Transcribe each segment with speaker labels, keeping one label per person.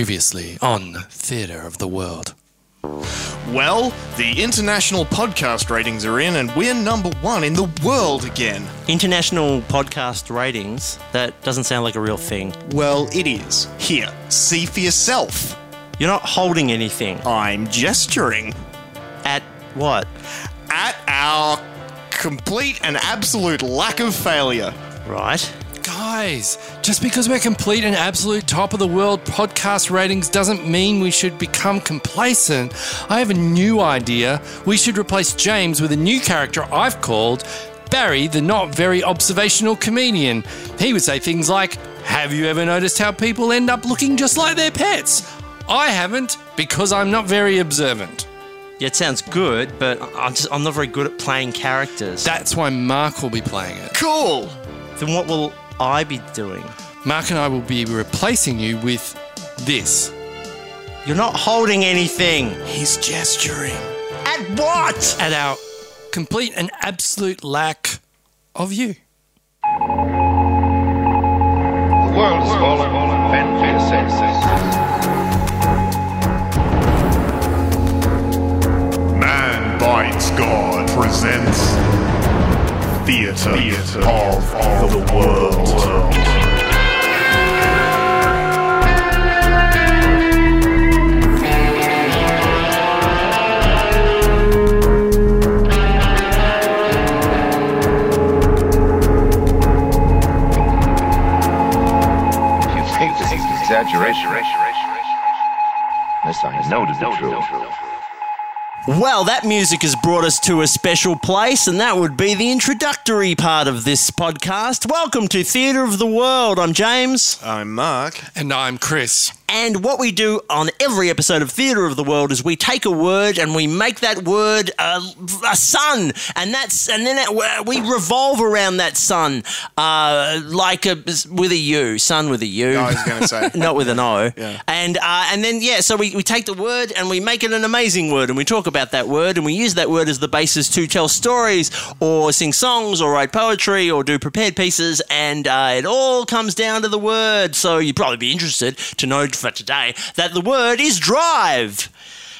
Speaker 1: Previously on Theatre of the World.
Speaker 2: Well, the international podcast ratings are in, and we're number one in the world again.
Speaker 3: International podcast ratings, that doesn't sound like a real thing.
Speaker 2: Well, it is. Here, see for yourself.
Speaker 3: You're not holding anything.
Speaker 2: I'm gesturing
Speaker 3: At what?
Speaker 2: at our complete and absolute lack of failure.
Speaker 3: Right.
Speaker 1: Guys, just because we're complete and absolute top of the world podcast ratings doesn't mean we should become complacent. I have a new idea. We should replace James with a new character I've called Barry, the not very observational comedian. He would say things like, Have you ever noticed how people end up looking just like their pets? I haven't because I'm not very observant.
Speaker 3: Yeah, it sounds good, but I- I'm just I'm not very good at playing characters.
Speaker 1: That's why Mark will be playing it.
Speaker 2: Cool.
Speaker 3: then what will I be doing?
Speaker 1: Mark and I will be replacing you with this.
Speaker 3: You're not holding anything.
Speaker 2: He's gesturing.
Speaker 3: At what?
Speaker 1: at our complete and absolute lack of you.
Speaker 4: The world's fallen, bent their senses.
Speaker 5: Man Bites God presents Theater, of, the World.
Speaker 4: You think this is exaggeration? This I know to be true.
Speaker 3: Well, that music has brought us to a special place, and that would be the introductory part of this podcast. Welcome to Theatre of the World. I'm James.
Speaker 2: I'm Mark.
Speaker 1: And I'm Chris.
Speaker 3: And what we do on every episode of Theatre of the World is we take a word and we make that word a, a sun, and that's and then it, we revolve around that sun, uh, like a with a U, sun with a U.
Speaker 2: I was going to say.
Speaker 3: Not with an O,
Speaker 2: Yeah.
Speaker 3: and uh, and then yeah, so we, we take the word and we make it an amazing word, and we talk about that word, and we use that word as the basis to tell stories, or sing songs, or write poetry, or do prepared pieces, and uh, it all comes down to the word. So you'd probably be interested to know for today that the word is drive.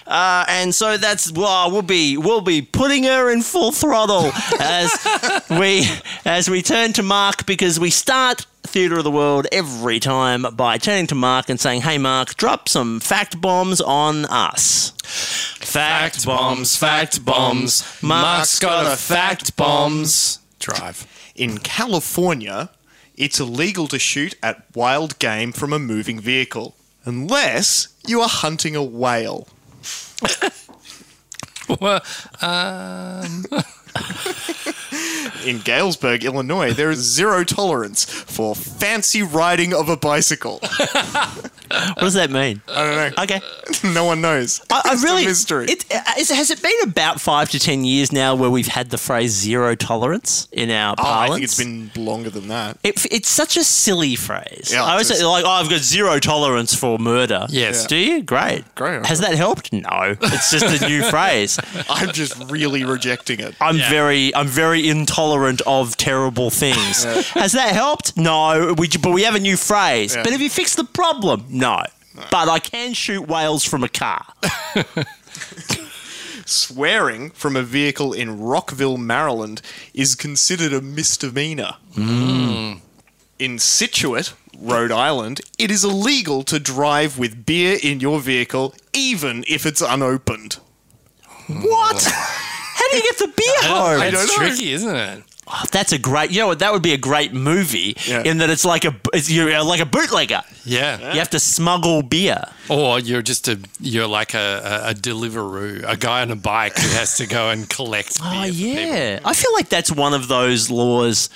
Speaker 3: Uh, and so that's well, we'll be we'll be putting her in full throttle as we as we turn to Mark because we start Theatre of the World every time by turning to Mark and saying, "Hey, Mark, drop some fact bombs on us." Fact, Mark's got a fact bombs.
Speaker 1: Drive.
Speaker 2: In California, it's illegal to shoot at wild game from a moving vehicle unless you are hunting a whale.
Speaker 1: Well, uh,
Speaker 2: In Galesburg, Illinois, there is zero tolerance for fancy riding of a bicycle.
Speaker 3: What does that mean?
Speaker 2: I don't know.
Speaker 3: Okay.
Speaker 2: no one knows.
Speaker 3: I, I
Speaker 2: It's a
Speaker 3: really
Speaker 2: mystery.
Speaker 3: It, uh, is, has it been about five to ten years now where we've had the phrase zero tolerance in our
Speaker 2: Oh, I
Speaker 3: parlance?
Speaker 2: think it's been longer than that.
Speaker 3: It, it's such a silly phrase.
Speaker 2: Yeah,
Speaker 3: I always
Speaker 2: it is.
Speaker 3: say, like, oh, I've got zero tolerance for murder.
Speaker 1: Yes. Yeah.
Speaker 3: Do you? Great.
Speaker 2: Great.
Speaker 3: Has that helped? No. It's just a new phrase.
Speaker 2: I'm just really rejecting it.
Speaker 3: I'm very, I'm very intolerant of terrible things. Has that helped? No. We, ju- but we have a new phrase.
Speaker 2: Yeah.
Speaker 3: But have you fixed the problem? No. But I can shoot whales from a car.
Speaker 2: Swearing from a vehicle in Rockville, Maryland is considered a misdemeanor.
Speaker 3: Hmm.
Speaker 2: In Scituate, Rhode Island, it is illegal to drive with beer in your vehicle, even if it's unopened.
Speaker 3: What? How do you get the beer
Speaker 1: Oh,
Speaker 3: home?
Speaker 1: that's
Speaker 2: Mm. don't know.
Speaker 1: tricky, isn't it?
Speaker 3: Oh, that's a great. You know what? That would be a great movie.
Speaker 2: Yeah.
Speaker 3: In that it's like a, it's, you're like a bootlegger.
Speaker 1: Yeah.
Speaker 3: You have to smuggle beer.
Speaker 1: Or you're just a you're like a, a, a deliveroo, a guy on a bike who has to go and collect.
Speaker 3: Oh
Speaker 1: beer for people.
Speaker 3: yeah, I feel like that's one of those laws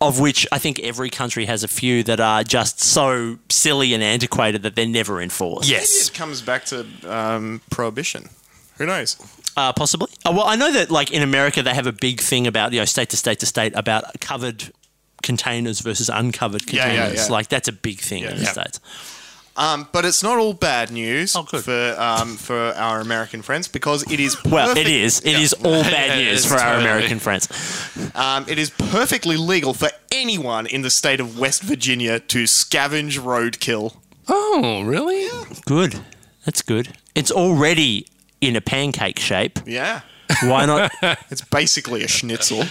Speaker 3: of which I think every country has a few that are just so silly and antiquated that they're never enforced.
Speaker 2: Maybe
Speaker 1: Yes.
Speaker 2: it comes back to um, prohibition. Who knows?
Speaker 3: uh, possibly. Uh, well, I know that like in America they have a big thing about you know state to state to state about covered containers versus uncovered
Speaker 2: Yeah, yeah,
Speaker 3: containers.
Speaker 2: yeah.
Speaker 3: Like that's a big thing in the
Speaker 1: Yeah.
Speaker 3: states.
Speaker 2: Um, but it's not all bad news
Speaker 3: Oh, good.
Speaker 2: for um, for our American friends because it is perfect,
Speaker 3: Well, it is. It is
Speaker 2: Yeah.
Speaker 3: all
Speaker 1: Yeah,
Speaker 3: bad news
Speaker 1: it's
Speaker 3: for our
Speaker 1: totally-
Speaker 3: American friends.
Speaker 2: Um, it is perfectly legal for anyone in the state of West Virginia to scavenge roadkill.
Speaker 1: Oh, really?
Speaker 3: Good. That's good. It's already in a pancake shape.
Speaker 2: Yeah.
Speaker 3: Why not?
Speaker 2: It's basically a schnitzel.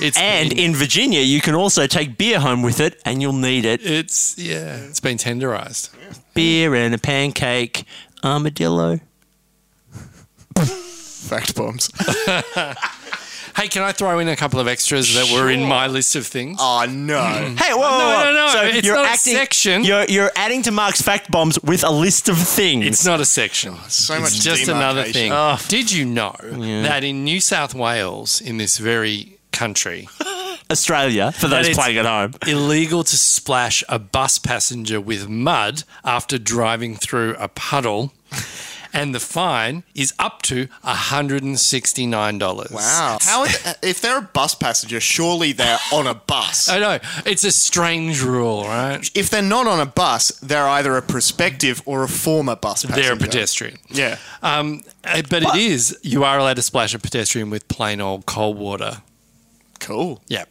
Speaker 1: It's
Speaker 3: and in Virginia, you can also take beer home with it, and you'll need it.
Speaker 1: it's yeah, it's been tenderized.
Speaker 3: Beer and a pancake armadillo.
Speaker 2: Fact bombs.
Speaker 1: Hey, can I throw in a couple of extras that were in my list of things?
Speaker 2: Oh, no.
Speaker 3: Hey, whoa, whoa,
Speaker 1: no,
Speaker 3: whoa.
Speaker 1: no, no.
Speaker 3: So
Speaker 1: It's
Speaker 3: you're
Speaker 1: not a
Speaker 3: acting,
Speaker 1: section.
Speaker 3: You're, you're adding to Mark's fact bombs with a list of things.
Speaker 1: It's not a section.
Speaker 2: so
Speaker 1: it's
Speaker 2: much
Speaker 1: just another thing.
Speaker 2: demarcation. Oh.
Speaker 1: Did you know that in New South Wales, in this very country,
Speaker 3: Australia for those
Speaker 1: it's-
Speaker 3: playing at home.
Speaker 1: illegal to splash a bus passenger with mud after driving through a puddle, and the fine is up to $169.
Speaker 2: Wow. How, if they're a bus passenger, surely they're on a bus.
Speaker 1: I know. It's a strange rule, right?
Speaker 2: If they're not on a bus, they're either a prospective or a former bus passenger.
Speaker 1: They're a pedestrian.
Speaker 2: Yeah.
Speaker 1: Um, uh, but it is, you are allowed to splash a pedestrian with plain old cold water.
Speaker 2: Cool.
Speaker 1: Yep.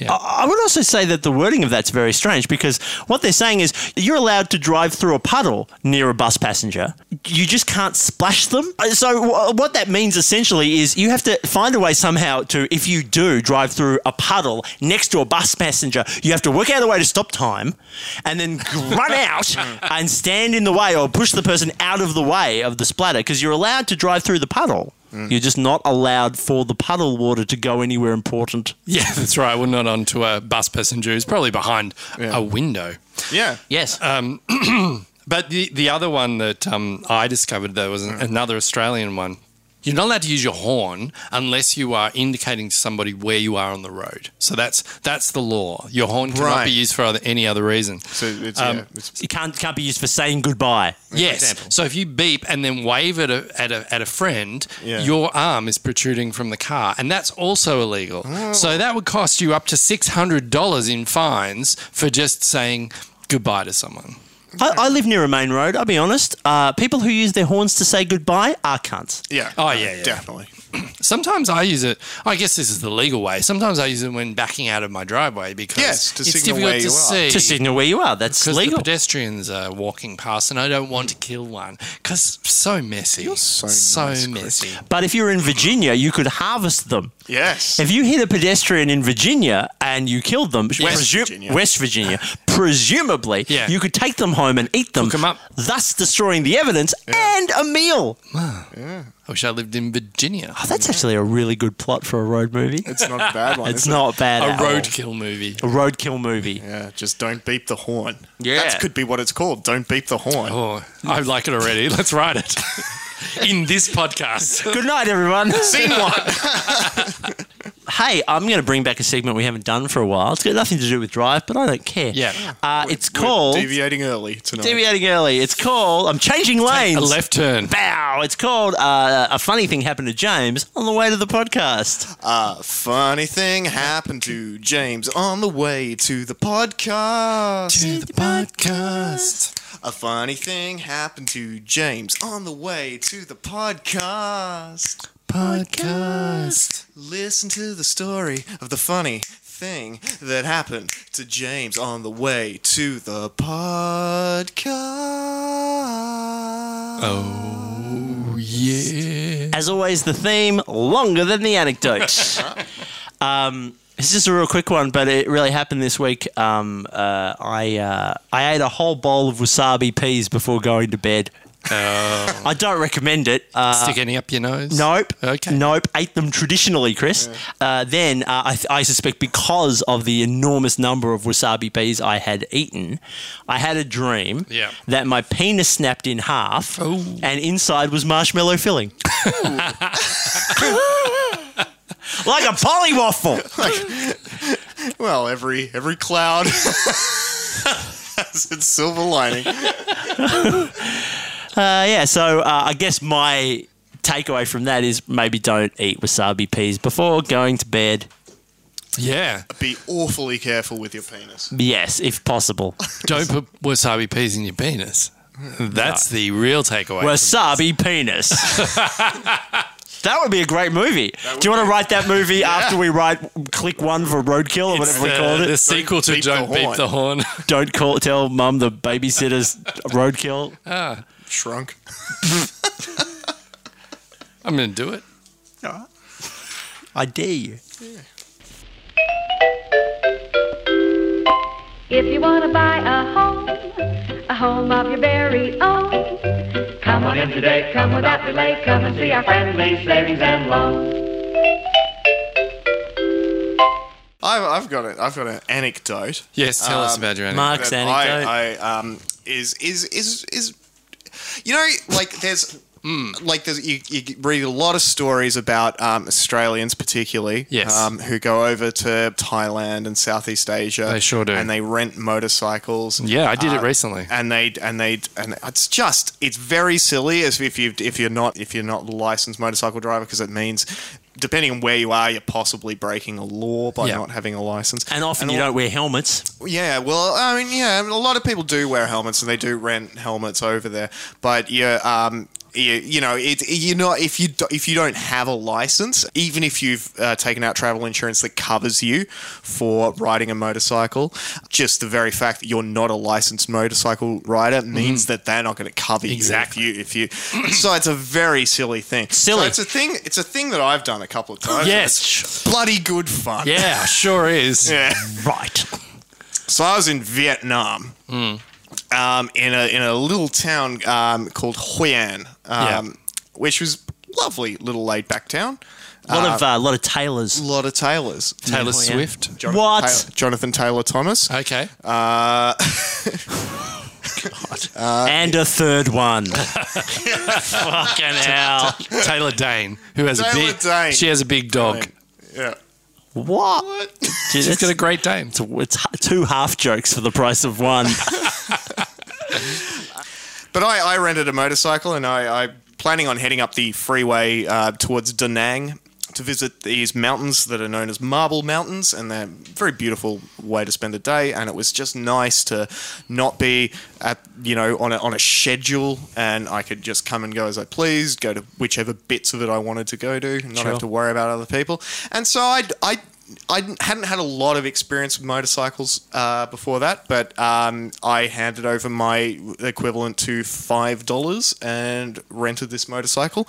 Speaker 3: I would also say that the wording of that's very strange because what they're saying is you're allowed to drive through a puddle near a bus passenger. You just can't splash them. Uh, So wh- what that means essentially is you have to find a way somehow to, if you do drive through a puddle next to a bus passenger, you have to work out a way to stop time, and then run out and stand in the way or push the person out of the way of the splatter because you're allowed to drive through the puddle. You're just not allowed for the puddle water to go anywhere important.
Speaker 1: Yeah, that's right. We're not onto a bus passenger who's probably behind
Speaker 2: Yeah.
Speaker 1: a window.
Speaker 2: Yeah.
Speaker 3: Yes.
Speaker 1: But the, the other one that um, I discovered, though, was
Speaker 2: Mm.
Speaker 1: an, another Australian one. You're not allowed to use your horn unless you are indicating to somebody where you are on the road. So that's that's the law. Your horn cannot
Speaker 2: Right.
Speaker 1: be used for other, any other reason.
Speaker 2: So it's,
Speaker 3: Um,
Speaker 2: yeah, it's
Speaker 3: it can't can't be used for saying goodbye.
Speaker 1: Yes.
Speaker 3: example.
Speaker 1: So if you beep and then wave at a at a, at a friend,
Speaker 2: Yeah.
Speaker 1: your arm is protruding from the car, and that's also illegal.
Speaker 2: Oh.
Speaker 1: So that would cost you up to six hundred dollars in fines for just saying goodbye to someone.
Speaker 3: I, I live near a main road. I'll be honest. Uh, people who use their horns to say goodbye are cunts.
Speaker 2: yeah.
Speaker 1: Oh, yeah, yeah.
Speaker 2: Definitely.
Speaker 1: Sometimes I use it. I guess this is the legal way. Sometimes I use it when backing out of my driveway because
Speaker 2: Yes, to
Speaker 1: it's
Speaker 2: signal
Speaker 1: difficult
Speaker 2: where
Speaker 1: to
Speaker 2: you
Speaker 1: see.
Speaker 2: are.
Speaker 3: To signal where you are. That's
Speaker 1: because the
Speaker 3: legal.
Speaker 1: pedestrians are walking past, and I don't want to kill one because so messy. You're
Speaker 2: so nice, Chris.
Speaker 1: messy.
Speaker 3: but if you're in Virginia, you could harvest them.
Speaker 2: Yes.
Speaker 3: If you hit a pedestrian in Virginia and you killed them, West
Speaker 2: Virginia.
Speaker 3: West Virginia, presumably,
Speaker 1: Yeah.
Speaker 3: you could take them home and eat them,
Speaker 1: Cook 'em up.
Speaker 3: thus destroying the evidence and a meal.
Speaker 1: I wish I lived in Virginia.
Speaker 3: Oh, that's actually a really good plot for a road movie. It's,
Speaker 2: it's not a bad one. is it?
Speaker 3: not bad.
Speaker 1: A
Speaker 3: at all.
Speaker 1: roadkill movie.
Speaker 3: A roadkill movie.
Speaker 2: Yeah, just don't beep the horn.
Speaker 3: Yeah.
Speaker 2: That could be what it's called. Don't beep the horn.
Speaker 1: Oh, I like it already. Let's write it in this podcast.
Speaker 3: Good night, everyone.
Speaker 2: Scene one.
Speaker 3: hey, I'm going to bring back a segment we haven't done for a while. It's got nothing to do with Drive, but I don't care.
Speaker 1: Yeah.
Speaker 3: Uh, it's
Speaker 1: Oh.
Speaker 3: called
Speaker 2: Deviating early tonight.
Speaker 3: Deviating Early. It's called I'm Changing Lanes.
Speaker 1: A left turn.
Speaker 3: Bow. It's called uh, A Funny Thing Happened to James on the way to the podcast.
Speaker 2: A funny thing happened to James on the way to the podcast.
Speaker 1: To the podcast.
Speaker 2: A funny thing happened to James on the way to the podcast.
Speaker 1: Podcast.
Speaker 2: Listen to the story of the funny thing that happened to James on the way to the podcast.
Speaker 1: Oh, yeah.
Speaker 3: As always, the theme longer than the anecdote. um, it's just a real quick one, but it really happened this week. Um, uh, I uh, I ate a whole bowl of wasabi peas before going to bed. I don't recommend it. Uh,
Speaker 1: Stick any up your nose?
Speaker 3: Nope.
Speaker 1: Okay.
Speaker 3: Nope. Ate them traditionally, Chris. Uh, then uh, I, I suspect because of the enormous number of wasabi peas I had eaten, I had a dream
Speaker 1: Yeah.
Speaker 3: that my penis snapped in half and inside was marshmallow filling. like a polywaffle.
Speaker 2: Well, every every cloud has its silver lining.
Speaker 3: Uh, yeah. So uh, I guess my takeaway from that is maybe don't eat wasabi peas before going to bed.
Speaker 1: Yeah.
Speaker 2: Be awfully careful with your penis.
Speaker 3: Yes, if possible.
Speaker 1: Don't put wasabi peas in your penis. That's the real takeaway.
Speaker 3: Wasabi penis. That would be a great movie. Do you want to write that movie after we write click one for roadkill or whatever we
Speaker 1: the,
Speaker 3: called
Speaker 1: the
Speaker 3: it?
Speaker 1: sequel to
Speaker 2: Beep the
Speaker 1: Don't Beep
Speaker 2: Horn.
Speaker 1: the Horn.
Speaker 3: Don't call tell mum the babysitter's roadkill.
Speaker 2: Shrunk.
Speaker 1: I'm going to do it.
Speaker 3: I dare you.
Speaker 6: If you want to buy a home, a home of your very own, come on in today, come without delay, come and see our friendly savings and loan.
Speaker 2: I've, I've got it. I've got an anecdote.
Speaker 1: Yes, tell
Speaker 3: Um,
Speaker 1: us about your anecdote.
Speaker 3: Mark's
Speaker 2: that
Speaker 3: anecdote.
Speaker 2: I, I um is is is is you know like there's mm, like there's you, you read a lot of stories about um, Australians particularly
Speaker 1: Yes.
Speaker 2: um, who go over to Thailand and Southeast Asia
Speaker 1: They sure do.
Speaker 2: and they rent motorcycles
Speaker 1: Yeah, I did
Speaker 3: Uh,
Speaker 1: it recently.
Speaker 2: and they and they and it's just it's very silly as if you if you're not if you're not a licensed motorcycle driver because it means depending on where you are you're possibly breaking a law by
Speaker 1: Yeah.
Speaker 2: not having a license
Speaker 3: and often
Speaker 2: a
Speaker 3: you
Speaker 2: lot-
Speaker 3: don't wear helmets.
Speaker 2: yeah, well, I mean, yeah, a lot of people do wear helmets and they do rent helmets over there, but yeah, um. You, you know, it, you know, if you do, if you don't have a license, even if you've uh, taken out travel insurance that covers you for riding a motorcycle, just the very fact that you're not a licensed motorcycle rider means that they're not going to cover you.
Speaker 1: Mm-hmm. Exactly.
Speaker 2: If you, if you, so it's a very silly thing.
Speaker 3: Silly.
Speaker 2: So it's a thing. It's a thing that I've done a couple of times. and
Speaker 1: Yes.
Speaker 2: it's bloody good fun.
Speaker 1: Yeah, sure is.
Speaker 2: yeah.
Speaker 3: Right.
Speaker 2: So I was in Vietnam, um, in a in a little town um, called Hoi An, um,
Speaker 1: Yeah.
Speaker 2: which was lovely little laid back town.
Speaker 3: A lot of uh, a lot of tailors.
Speaker 2: A lot of tailors.
Speaker 1: Taylor
Speaker 3: Yeah.
Speaker 1: Swift.
Speaker 2: Jonathan
Speaker 3: What?
Speaker 2: Taylor- Jonathan Taylor Thomas.
Speaker 1: Okay.
Speaker 3: and a third one. Fucking hell.
Speaker 1: Taylor Dane, who has a
Speaker 2: Taylor
Speaker 1: big
Speaker 2: Dane.
Speaker 1: she has a big dog.
Speaker 2: Yeah.
Speaker 3: What? Dude,
Speaker 1: She's
Speaker 3: it's,
Speaker 1: got a great Dane.
Speaker 3: it's h- two half jokes for the price of one.
Speaker 2: But I, I rented a motorcycle and I, I planning on heading up the freeway uh, towards Da Nang to visit these mountains that are known as Marble Mountains, and they're a very beautiful way to spend a day. And it was just nice to not be at you know on a, on a schedule, and I could just come and go as I pleased, go to whichever bits of it I wanted to go to, and not have to worry about other people. And so I I. I hadn't had a lot of experience with motorcycles uh, before that, but um, I handed over my equivalent to five dollars and rented this motorcycle,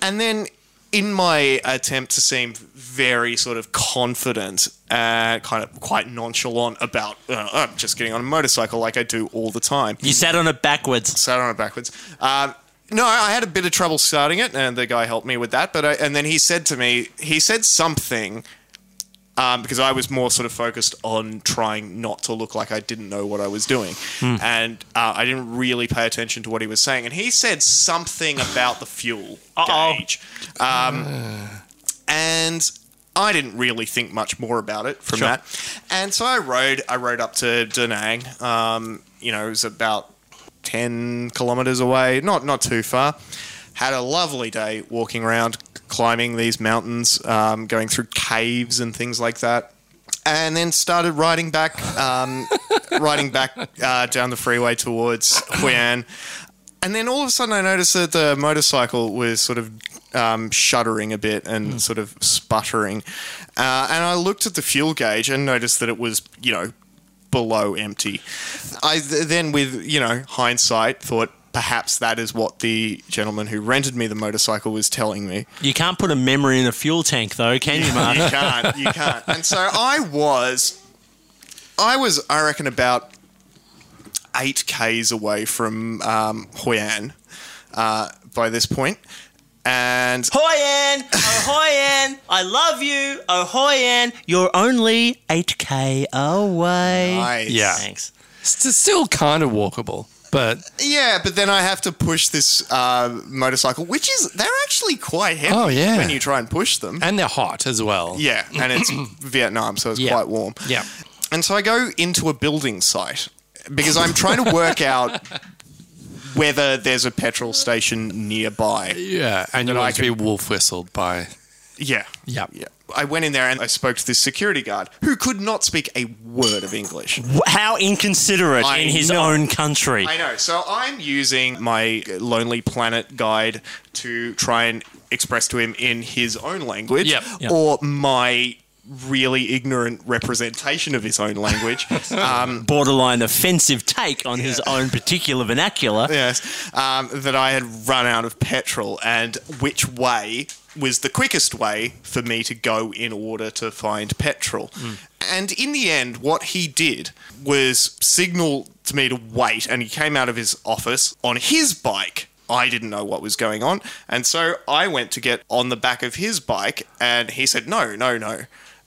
Speaker 2: and then. In my attempt to seem very sort of confident, uh, kind of quite nonchalant about uh, I'm just getting on a motorcycle like I do all the time,
Speaker 3: you sat on it backwards.
Speaker 2: sat on it backwards. Um, no, I had a bit of trouble starting it, and the guy helped me with that. But I, and then he said to me, he said something um, because I was more sort of focused on trying not to look like I didn't know what I was doing, and uh, I didn't really pay attention to what he was saying. And he said something about the fuel
Speaker 3: Uh-oh.
Speaker 2: gauge, um, and I didn't really think much more about it from that. And so I rode, I rode up to Da Nang. Um, you know, it was about ten kilometers away, not not too far. Had a lovely day walking around, climbing these mountains, um, going through caves and things like that, and then started riding back, um, riding back uh, down the freeway towards Hoi An. And then all of a sudden, I noticed that the motorcycle was sort of um, shuddering a bit and sort of sputtering. Uh, and I looked at the fuel gauge and noticed that it was, you know, below empty. I th- then, with you know hindsight, thought perhaps that is what the gentleman who rented me the motorcycle was telling me.
Speaker 3: You can't put a memory in a fuel tank, though, can you, Mark?
Speaker 2: You can't, you can't. And so I was, I was, I reckon, about eight k's away from um, Hoi An uh, by this point, and
Speaker 3: Hoyan! Oh, Hoyan! I love you! Oh, Hoyan! You're only 8k away.
Speaker 2: I
Speaker 1: Yeah.
Speaker 3: Thanks.
Speaker 1: It's still kind of walkable, but
Speaker 2: Yeah, but then I have to push this uh, motorcycle, which is they're actually quite heavy
Speaker 1: Oh, yeah.
Speaker 2: when you try and push them.
Speaker 1: and they're hot as well.
Speaker 2: Yeah, and it's Vietnam, so it's
Speaker 1: Yeah.
Speaker 2: quite warm.
Speaker 1: Yeah.
Speaker 2: And so I go into a building site because I'm trying to work out whether there's a petrol station nearby.
Speaker 1: Yeah, and you
Speaker 2: I
Speaker 1: want it to be wolf whistled by
Speaker 2: Yeah.
Speaker 1: Yep.
Speaker 2: Yeah. I went in there and I spoke to this security guard who could not speak a word of English.
Speaker 3: How inconsiderate
Speaker 2: I
Speaker 3: in his
Speaker 2: know.
Speaker 3: own country.
Speaker 2: I know. So I'm using my Lonely Planet guide to try and express to him in his own language
Speaker 1: Yep. Yep.
Speaker 2: or my really ignorant representation of his own language. um,
Speaker 3: Borderline offensive take on his own particular vernacular.
Speaker 2: yes. Um, that I had run out of petrol and which way was the quickest way for me to go in order to find petrol. And in the end, what he did was signal to me to wait, and he came out of his office on his bike. I didn't know what was going on, and so I went to get on the back of his bike, and he said, No, no, no.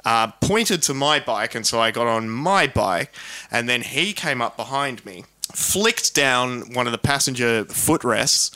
Speaker 2: Uh, pointed to my bike, and so I got on my bike, and then he came up behind me, flicked down one of the passenger footrests,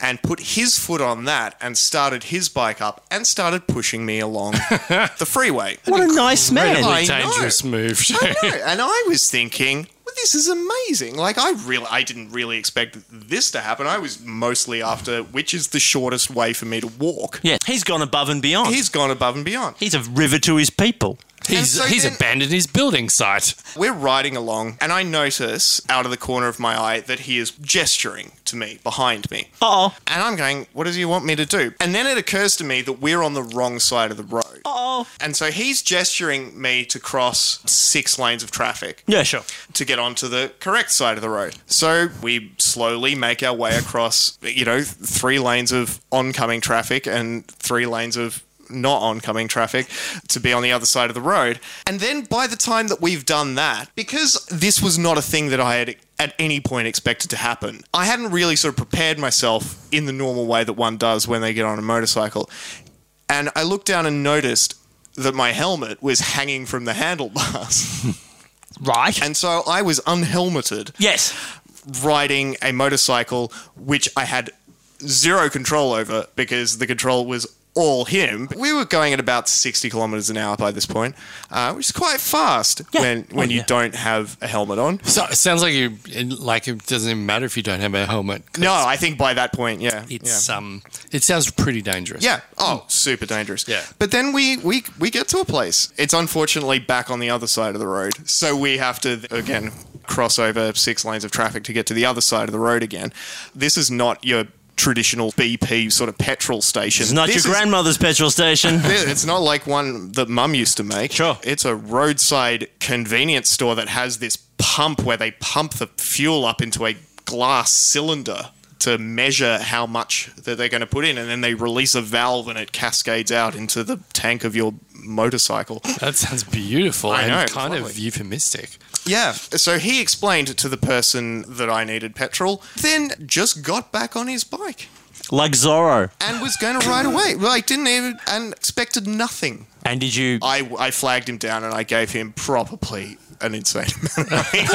Speaker 2: and put his foot on that and started his bike up and started pushing me along the freeway.
Speaker 3: What a nice man.
Speaker 2: I
Speaker 1: Really dangerous
Speaker 2: know.
Speaker 1: move.
Speaker 2: I know, and I was thinking, well, this is amazing. Like I really, I didn't really expect this to happen. I was mostly after which is the shortest way for me to walk.
Speaker 3: Yeah, he's gone above and beyond. He's,
Speaker 2: He's gone above and beyond.
Speaker 3: a river to his people.
Speaker 1: He's,
Speaker 2: And so
Speaker 1: he's
Speaker 2: then-
Speaker 1: abandoned his building site.
Speaker 2: We're riding along, and I notice out of the corner of my eye that he is gesturing to me behind me.
Speaker 3: Uh-oh.
Speaker 2: And I'm going, what does he want me to do? And then it occurs to me that we're on the wrong side of the road.
Speaker 3: Uh-oh.
Speaker 2: And so he's gesturing me to cross six lanes of traffic
Speaker 3: Yeah, sure.
Speaker 2: to get onto the correct side of the road. So we slowly make our way across, you know, three lanes of oncoming traffic and three lanes of not oncoming traffic to be on the other side of the road. And then by the time that we've done that, because this was not a thing that I had at any point expected to happen, I hadn't really sort of prepared myself in the normal way that one does when they get on a motorcycle. And I looked down and noticed that my helmet was hanging from the handlebars.
Speaker 3: Right.
Speaker 2: And so I was unhelmeted
Speaker 3: yes.
Speaker 2: riding a motorcycle which I had zero control over because the control was all him. We were going at about 60 kilometers an hour by this point, uh, which is quite fast
Speaker 3: Yeah.
Speaker 2: when, when
Speaker 3: Oh,
Speaker 2: you
Speaker 3: yeah.
Speaker 2: don't have a helmet on.
Speaker 1: So it sounds like you like it doesn't even matter if you don't have a helmet.
Speaker 2: No, I think by that point, yeah.
Speaker 1: It's
Speaker 2: yeah.
Speaker 1: um it sounds pretty dangerous.
Speaker 2: Yeah. Oh, super dangerous.
Speaker 1: Yeah.
Speaker 2: But then we, we we get to a place. It's unfortunately back on the other side of the road, so we have to again cross over six lanes of traffic to get to the other side of the road again. This is not your traditional BP sort of petrol station.
Speaker 3: It's not
Speaker 2: This
Speaker 3: your
Speaker 2: is-
Speaker 3: grandmother's petrol station.
Speaker 2: thi- It's not like one that mum used to make.
Speaker 3: Sure.
Speaker 2: It's a roadside convenience store that has this pump where they pump the fuel up into a glass cylinder to measure how much that they're going to put in. And then they release a valve and it cascades out into the tank of your motorcycle.
Speaker 1: That sounds beautiful
Speaker 2: I
Speaker 1: and
Speaker 2: know,
Speaker 1: kind of
Speaker 2: lovely.
Speaker 1: euphemistic.
Speaker 2: Yeah. So he explained to the person that I needed petrol, then just got back on his bike
Speaker 3: like Zorro.
Speaker 2: and was going to ride away. Like, didn't even, and expected nothing.
Speaker 3: And did you
Speaker 2: I, I flagged him down and I gave him probably an insane amount of money.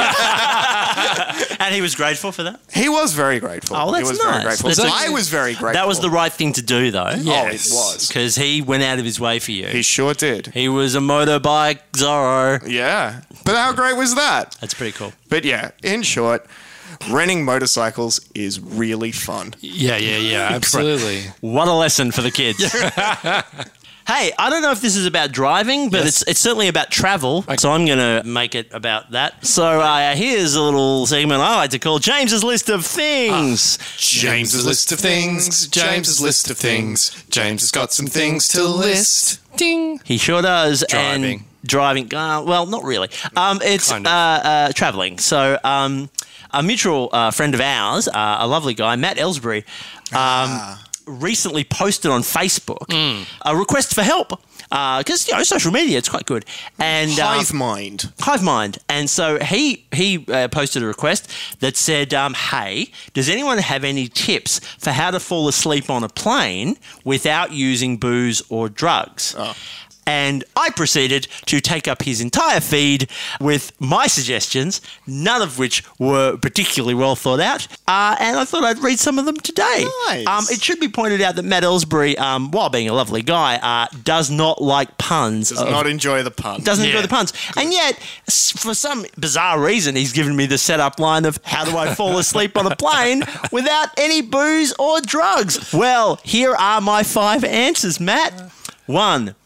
Speaker 3: And he was grateful for that?
Speaker 2: he was very grateful.
Speaker 3: Oh, that's
Speaker 2: he was
Speaker 3: nice.
Speaker 2: very grateful.
Speaker 3: That's
Speaker 2: I
Speaker 3: actually-
Speaker 2: was very grateful.
Speaker 3: That was the right thing to do though.
Speaker 2: Oh, it was.
Speaker 3: Because he went out of his way for you.
Speaker 2: He sure did.
Speaker 3: He was a motorbike Zorro.
Speaker 2: Yeah. But how great was that?
Speaker 3: That's pretty cool.
Speaker 2: But yeah, in short, renting motorcycles is really fun.
Speaker 1: Yeah, yeah, yeah, absolutely.
Speaker 3: What a lesson for the kids. hey, I don't know if this is about driving, but it's it's certainly about travel. So I'm going to make it about that. So uh, here's a little segment I like to call James's list of things.
Speaker 2: Ah. James's list of things. James's list of things. James has got some things to list.
Speaker 1: Ding.
Speaker 3: He sure does.
Speaker 1: Driving.
Speaker 3: And driving. Uh, well, not really. Um, it's
Speaker 1: Kind
Speaker 3: uh,
Speaker 1: of.
Speaker 3: uh, traveling. So um, a mutual uh, friend of ours, uh, a lovely guy, Matt Ellsbury, um,
Speaker 1: Ah.
Speaker 3: recently posted on Facebook
Speaker 1: Hmm.
Speaker 3: a request for help. Because you know social media, it's quite good, and um,
Speaker 2: Hive mind.
Speaker 3: Hive Mind. And so he he uh, posted a request that said, um, "Hey, does anyone have any tips for how to fall asleep on a plane without using booze or drugs?"
Speaker 2: Oh.
Speaker 3: And I proceeded to take up his entire feed with my suggestions, none of which were particularly well thought out. Uh, and I thought I'd read some of them today.
Speaker 2: Nice.
Speaker 3: Um, it should be pointed out that Matt Ellsbury, um, while being a lovely guy, uh, does not like puns.
Speaker 2: Does
Speaker 3: of
Speaker 2: not enjoy the pun.
Speaker 3: doesn't enjoy
Speaker 1: Yeah.
Speaker 3: the puns. And yet, s- for some bizarre reason, he's given me the setup line of how do I fall asleep on a plane without any booze or drugs? Well, here are my five answers, Matt. One,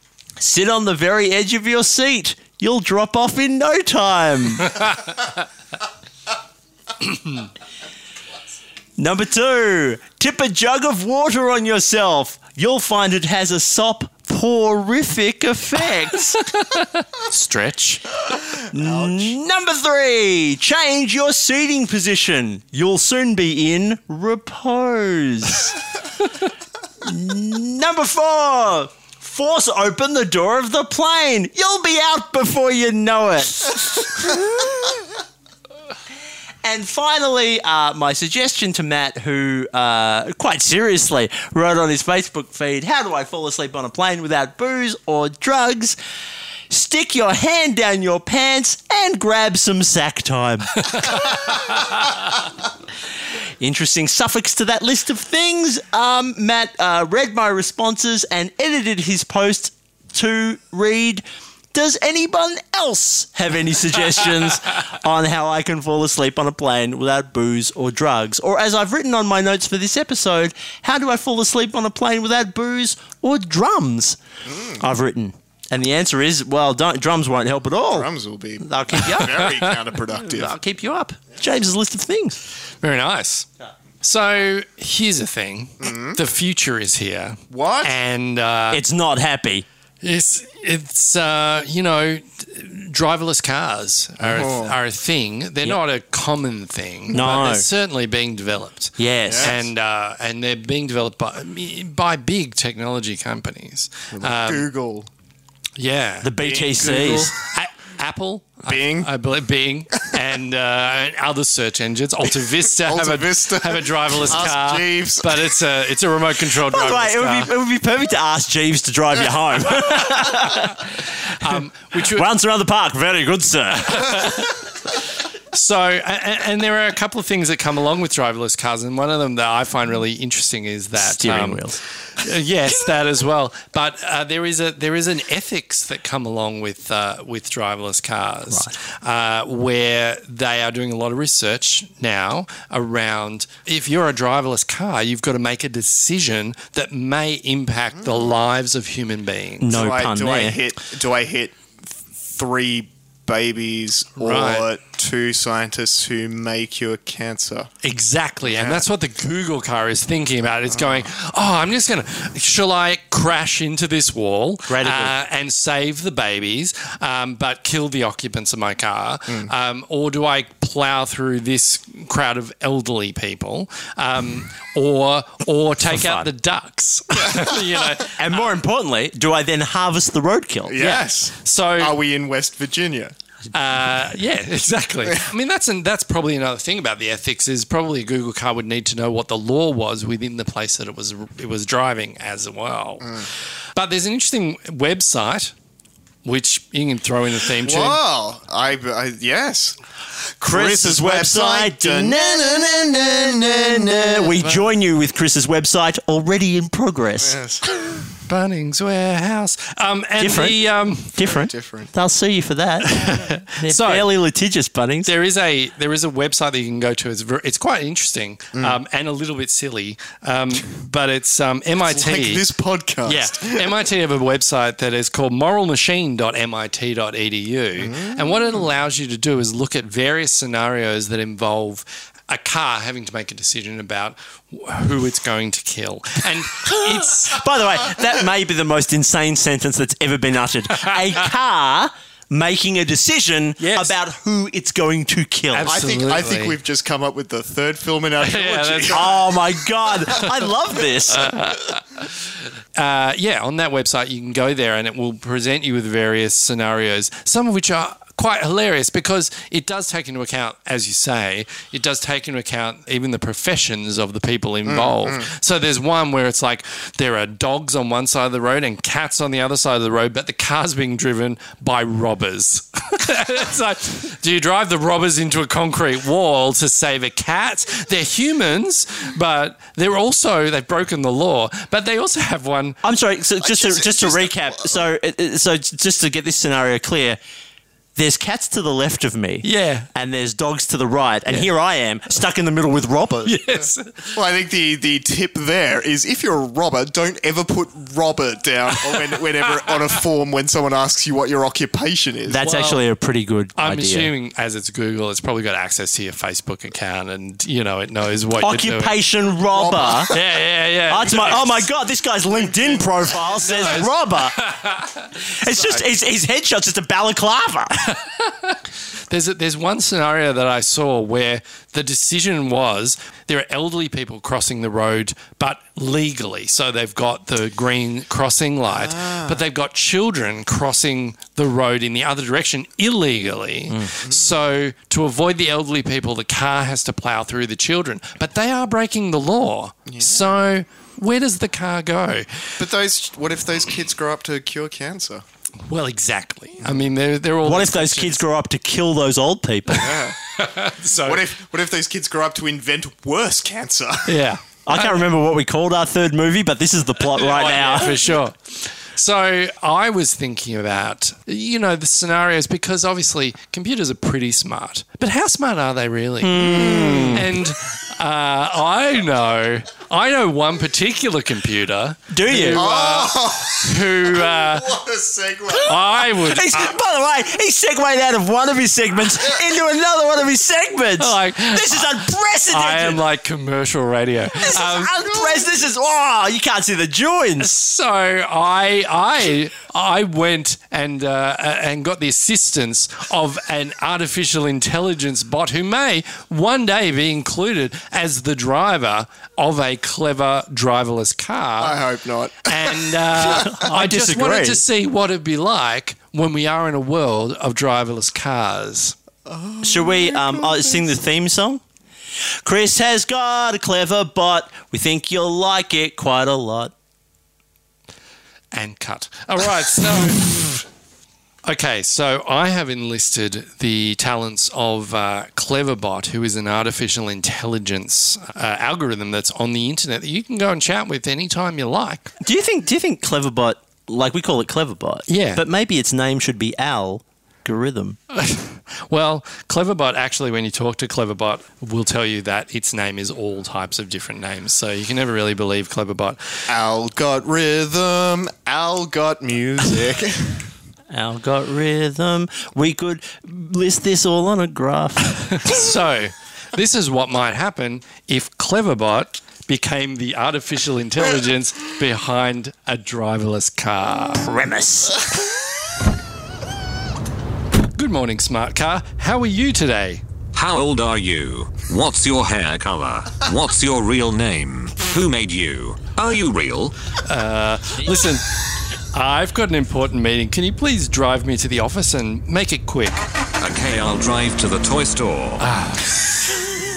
Speaker 3: Sit on the very edge of your seat. You'll drop off in no time. Number two, tip a jug of water on yourself. You'll find it has a sop horrific effect.
Speaker 1: Stretch.
Speaker 3: Number three, change your seating position. You'll soon be in repose. Number four, force open the door of the plane. You'll be out before you know it. And finally, uh, my suggestion to Matt, who uh, quite seriously wrote on his Facebook feed, How do I fall asleep on a plane without booze or drugs? stick your hand down your pants and grab some sack time. Interesting suffix to that list of things. Um, Matt uh, read my responses and edited his post to read. Does anyone else have any suggestions on how I can fall asleep on a plane without booze or drugs? Or, as I've written on my notes for this episode, how do I fall asleep on a plane without booze or drums? I've written. And the answer is, well, don't, drums won't help at all.
Speaker 2: Drums will be
Speaker 3: I'll keep you up.
Speaker 2: very counterproductive.
Speaker 3: I'll keep you up. James's list of things.
Speaker 1: Very nice. So here's the thing:
Speaker 3: Mm-hmm.
Speaker 1: the future is here,
Speaker 2: What?
Speaker 1: and uh,
Speaker 3: It's not happy.
Speaker 1: it's it's uh, you know, driverless cars are a, are a thing. They're not a common thing.
Speaker 3: Oh. No.
Speaker 1: but they're certainly being developed.
Speaker 3: Yes.
Speaker 1: and uh, and they're being developed by by big technology companies. Um,
Speaker 2: Google.
Speaker 1: yeah,
Speaker 3: The BTCs.
Speaker 1: A- Apple, I-
Speaker 2: Bing.
Speaker 1: I, believe Bing, and, uh, and other search engines. Alta Vista, have,
Speaker 2: Alta
Speaker 1: a,
Speaker 2: Vista.
Speaker 1: have a driverless
Speaker 2: Ask
Speaker 1: car,
Speaker 2: Jeeves.
Speaker 1: but it's a it's a remote controlled
Speaker 3: By
Speaker 1: driverless
Speaker 3: the way, it
Speaker 1: car.
Speaker 3: would, be, it would be perfect to ask Jeeves to drive you home.
Speaker 1: which would-
Speaker 3: Once around the park, very good, sir.
Speaker 1: so and, and there are a couple of things that come along with driverless cars, and one of them that I find really interesting is that um, Uh, yes, that as well. But uh, there is a there is an ethics that come along with uh, with driverless cars, uh, where they are doing a lot of research now around if you're a driverless car, you've got to make a decision that may impact the lives of human beings.
Speaker 3: No
Speaker 2: do I,
Speaker 3: pun
Speaker 2: do I
Speaker 3: there.
Speaker 2: hit? Do I hit th- three babies or
Speaker 1: Right.
Speaker 2: two scientists who may cure cancer?
Speaker 1: Exactly, and that's what the Google car is thinking about. It's going, oh, I'm just going to, shall I crash into this wall
Speaker 3: Radical.
Speaker 1: uh, and save the babies, um, but kill the occupants of my car, um, or do I plow through this crowd of elderly people, um, or or take out
Speaker 3: fun.
Speaker 1: the ducks? you know,
Speaker 3: And more importantly, do I then harvest the roadkill?
Speaker 2: Yes.
Speaker 1: so
Speaker 2: Are we in West Virginia?
Speaker 1: Yeah, exactly. I mean, that's an, that's probably another thing about the ethics is probably a Google car would need to know what the law was within the place that it was it was driving as well. But there's an interesting website which you can throw in the theme tune.
Speaker 2: Wow. I, I yes.
Speaker 3: Chris's website. Na-na-na-na-na-na. We join you with Chris's website already in progress.
Speaker 2: Yes.
Speaker 1: Bunnings Warehouse. Um, and
Speaker 3: Different.
Speaker 1: the um,
Speaker 3: Different.
Speaker 2: Different.
Speaker 3: They'll sue you for that. They're
Speaker 1: So-
Speaker 3: fairly litigious, Bunnings.
Speaker 1: there is a there is a website that you can go to. It's ver- it's quite interesting um, and a little bit silly, um, but it's um, MIT.
Speaker 2: Like this podcast.
Speaker 1: Yeah, MIT have a website that is called moralmachine.mit.edu, E and what it allows you to do is look at various scenarios that involve a car having to make a decision about wh- who it's going to kill, and it's
Speaker 3: By the way, that may be the most insane sentence that's ever been uttered. A car making a decision
Speaker 1: Yes.
Speaker 3: about who it's going to kill.
Speaker 2: I think I think
Speaker 1: Absolutely.
Speaker 2: we've just come up with the third film in our trilogy.
Speaker 1: that's-
Speaker 3: Oh my god, I love this.
Speaker 1: uh, yeah, on that website you can go there and it will present you with various scenarios, some of which are quite hilarious because it does take into account, as you say, it does take into account even the professions of the people involved. So there's one where it's like there are dogs on one side of the road and cats on the other side of the road, but the car's being driven by robbers. it's like, do you drive the robbers into a concrete wall to save a cat? They're humans, but they're also, they've broken the law, but they also have one
Speaker 3: I'm sorry. So just to,
Speaker 2: just-
Speaker 3: just to
Speaker 2: just-
Speaker 3: recap. So uh, uh, so j- just to get this scenario clear, there's cats to the left of me.
Speaker 1: Yeah.
Speaker 3: And there's dogs to the right. And here I am, stuck in the middle with Robert.
Speaker 1: Yes.
Speaker 2: Well, I think the, the tip there is if you're a robber, don't ever put robber down or when, whenever on a form when someone asks you what your occupation is.
Speaker 3: That's
Speaker 1: Well,
Speaker 3: actually a pretty good
Speaker 1: I'm
Speaker 3: idea.
Speaker 1: assuming as it's Google, it's probably got access to your Facebook account and, you know, it knows what you're doing.
Speaker 3: Occupation robber.
Speaker 1: Yeah, yeah, yeah.
Speaker 3: Oh, it's my, oh my god, this guy's LinkedIn profile says robber. It's just his, his headshot's just a balaclava.
Speaker 1: There's a, there's one scenario that I saw where the decision was there are elderly people crossing the road, but legally, so they've got the green crossing light, but they've got children crossing the road in the other direction illegally. So to avoid the elderly people, the car has to plow through the children, but they are breaking the law. So where does the car go?
Speaker 2: But those what if those kids grow up to cure cancer?
Speaker 1: Well, exactly. I mean, they're they're all.
Speaker 3: What if those kids grow up to kill those old people?
Speaker 1: So,
Speaker 2: What if what if those kids grow up to invent worse cancer?
Speaker 1: Yeah.
Speaker 3: I can't remember what we called our third movie, but this is the plot right
Speaker 1: Yeah,
Speaker 3: now.
Speaker 1: for sure. So I was thinking about you know the scenarios because obviously computers are pretty smart, but how smart are they really?
Speaker 3: Hmm.
Speaker 1: And uh, I know I know one particular computer
Speaker 3: Do you?
Speaker 1: uh, who uh,
Speaker 2: what a segue.
Speaker 1: I would
Speaker 3: Oh, He's, by the way, he segued out of one of his segments into another one of his segments.
Speaker 1: Oh, Like-
Speaker 3: this is unprecedented.
Speaker 1: I am like commercial radio. Um,
Speaker 3: this is unprecedented. This is oh, you can't see the joins.
Speaker 1: So I I I went and uh, and got the assistance of an artificial intelligence bot who may one day be included as the driver of a clever driverless
Speaker 2: I
Speaker 1: car.
Speaker 2: hope not.
Speaker 1: And uh, I, just wanted to see what it'd be like when we are in a world of driverless cars.
Speaker 3: Should we um, uh, sing the theme song? Chris has got a clever bot. We think you'll like it quite a lot.
Speaker 1: and cut. All right, so. Okay, so I have enlisted the talents of uh, Cleverbot, who is an artificial intelligence uh, algorithm that's on the internet that you can go and chat with anytime you like.
Speaker 3: Do you think? Do you think Cleverbot? Like we call it Cleverbot.
Speaker 1: Yeah.
Speaker 3: But maybe its name should be Algorithm.
Speaker 1: Well, Cleverbot, actually, when you talk to Cleverbot, will tell you that its name is all types of different names. So you can never really believe Cleverbot.
Speaker 2: Al got rhythm, Al got music.
Speaker 3: Algorithm. We could list this all on a graph.
Speaker 1: so this is what might happen if Cleverbot became the artificial intelligence behind a driverless car.
Speaker 3: Premise.
Speaker 1: Good morning, smart car. How are you today?
Speaker 7: How old are you? What's your hair color? What's your real name? Who made you? Are you real?
Speaker 1: Listen, I've got an important meeting. Can you please drive me to the office and make it quick?
Speaker 7: Okay, I'll drive to the toy store.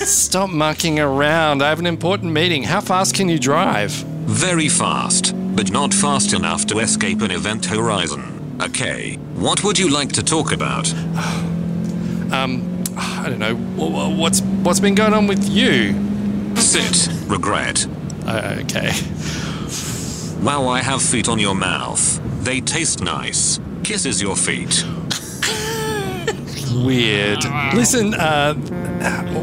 Speaker 1: Stop mucking around. I have an important meeting. How fast can you drive?
Speaker 7: Very fast, but not fast enough to escape an event horizon. Okay, what would you like to talk about?
Speaker 1: I don't know. Wh- wh- What's what's been going on with you?
Speaker 7: Sit, regret.
Speaker 1: Uh, okay.
Speaker 7: Wow, I have feet on your mouth. They taste nice. Kisses your feet.
Speaker 1: Weird. Listen, uh,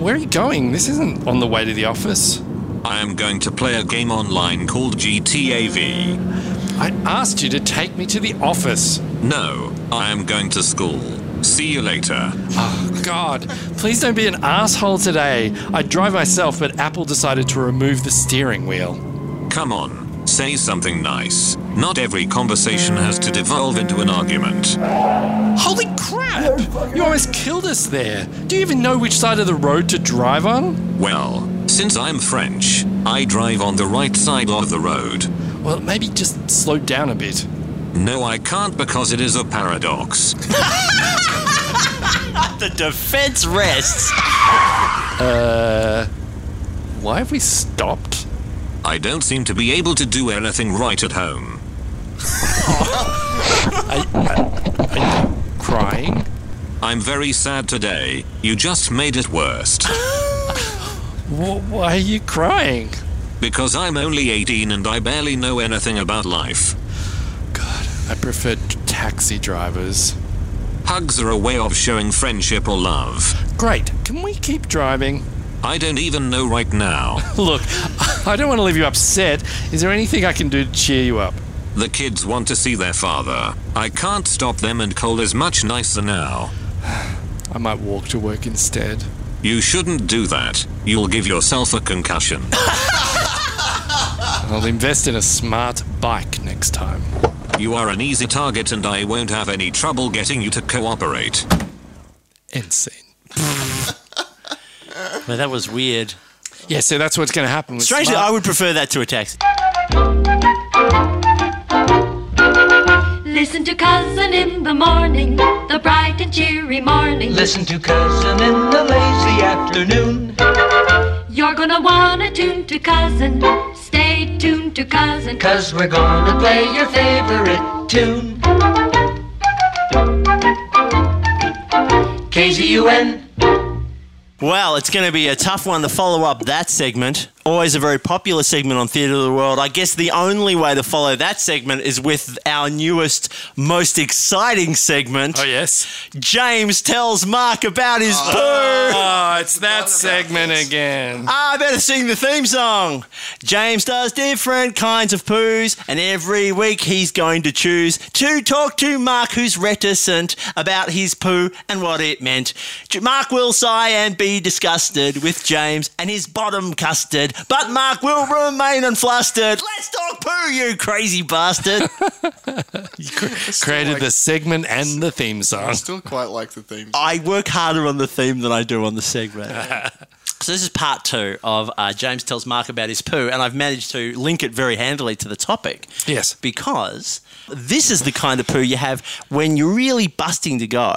Speaker 1: where are you going? This isn't on the way to the office.
Speaker 7: I am going to play a game online called GTAV.
Speaker 1: I asked you to take me to the office.
Speaker 7: No, I am going to school. See you later.
Speaker 1: Oh, God, please don't be an asshole today. I drive myself, but Apple decided to remove the steering wheel.
Speaker 7: Come on, say something nice. Not every conversation has to devolve into an argument.
Speaker 1: Holy crap! You almost killed us there. Do you even know which side of the road to drive on?
Speaker 7: Well, since I'm French, I drive on the right side of the road.
Speaker 1: Well, maybe just slow down a bit.
Speaker 7: No, I can't because it is a paradox.
Speaker 3: the defense rests.
Speaker 1: Why have we stopped?
Speaker 7: I don't seem to be able to do anything right at home.
Speaker 1: Crying?
Speaker 7: I'm very sad today. You just made it worse.
Speaker 1: Wh- why are you crying?
Speaker 7: Because I'm only 18 and I barely know anything about life.
Speaker 1: God, I prefer t- taxi drivers.
Speaker 7: Hugs are a way of showing friendship or love.
Speaker 1: Great. Can we keep driving?
Speaker 7: I don't even know right now.
Speaker 1: Look, I don't want to leave you upset. Is there anything I can do to cheer you up?
Speaker 7: The kids want to see their father. I can't stop them, and Cole is much nicer now.
Speaker 1: I might walk to work instead.
Speaker 7: You shouldn't do that. You'll give yourself a concussion.
Speaker 1: I'll invest in a smart bike next time.
Speaker 7: You are an easy target, and I won't have any trouble getting you to cooperate.
Speaker 1: End scene.
Speaker 3: Well, that was weird.
Speaker 1: Yeah, so that's what's going to happen. With
Speaker 3: Strangely,
Speaker 1: smart-
Speaker 3: I would prefer that to a taxi.
Speaker 6: Listen to cousin in the morning, the bright and cheery morning.
Speaker 8: Listen to cousin in the lazy afternoon.
Speaker 6: You're gonna wanna tune to cousin. Stay tuned to cousin.
Speaker 8: Cause we're gonna play your favorite tune. KZUN.
Speaker 3: Well, it's going to be a tough one to follow up that segment. Always a very popular segment on Theatre of the World. I guess the only way to follow that segment is with our newest, most exciting segment.
Speaker 1: Oh yes.
Speaker 3: James tells Mark about his poo.
Speaker 1: Oh, it's that segment again.
Speaker 3: Ah, I better sing the theme song. James does different kinds of poos, and every week he's going to choose to talk to Mark, who's reticent about his poo and what it meant. J- Mark will sigh and be disgusted with James and his bottom custard, but Mark will remain unflustered. Let's talk poo, you crazy bastard.
Speaker 1: Created
Speaker 2: like-
Speaker 1: the segment and the theme song.
Speaker 2: Still quite like the theme.
Speaker 3: I work harder on the theme than I do on the segment. so this is part two of uh, James tells Mark about his poo, and I've managed to link it very handily to the topic
Speaker 1: Yes.
Speaker 3: because this is the kind of poo you have when you're really busting to go.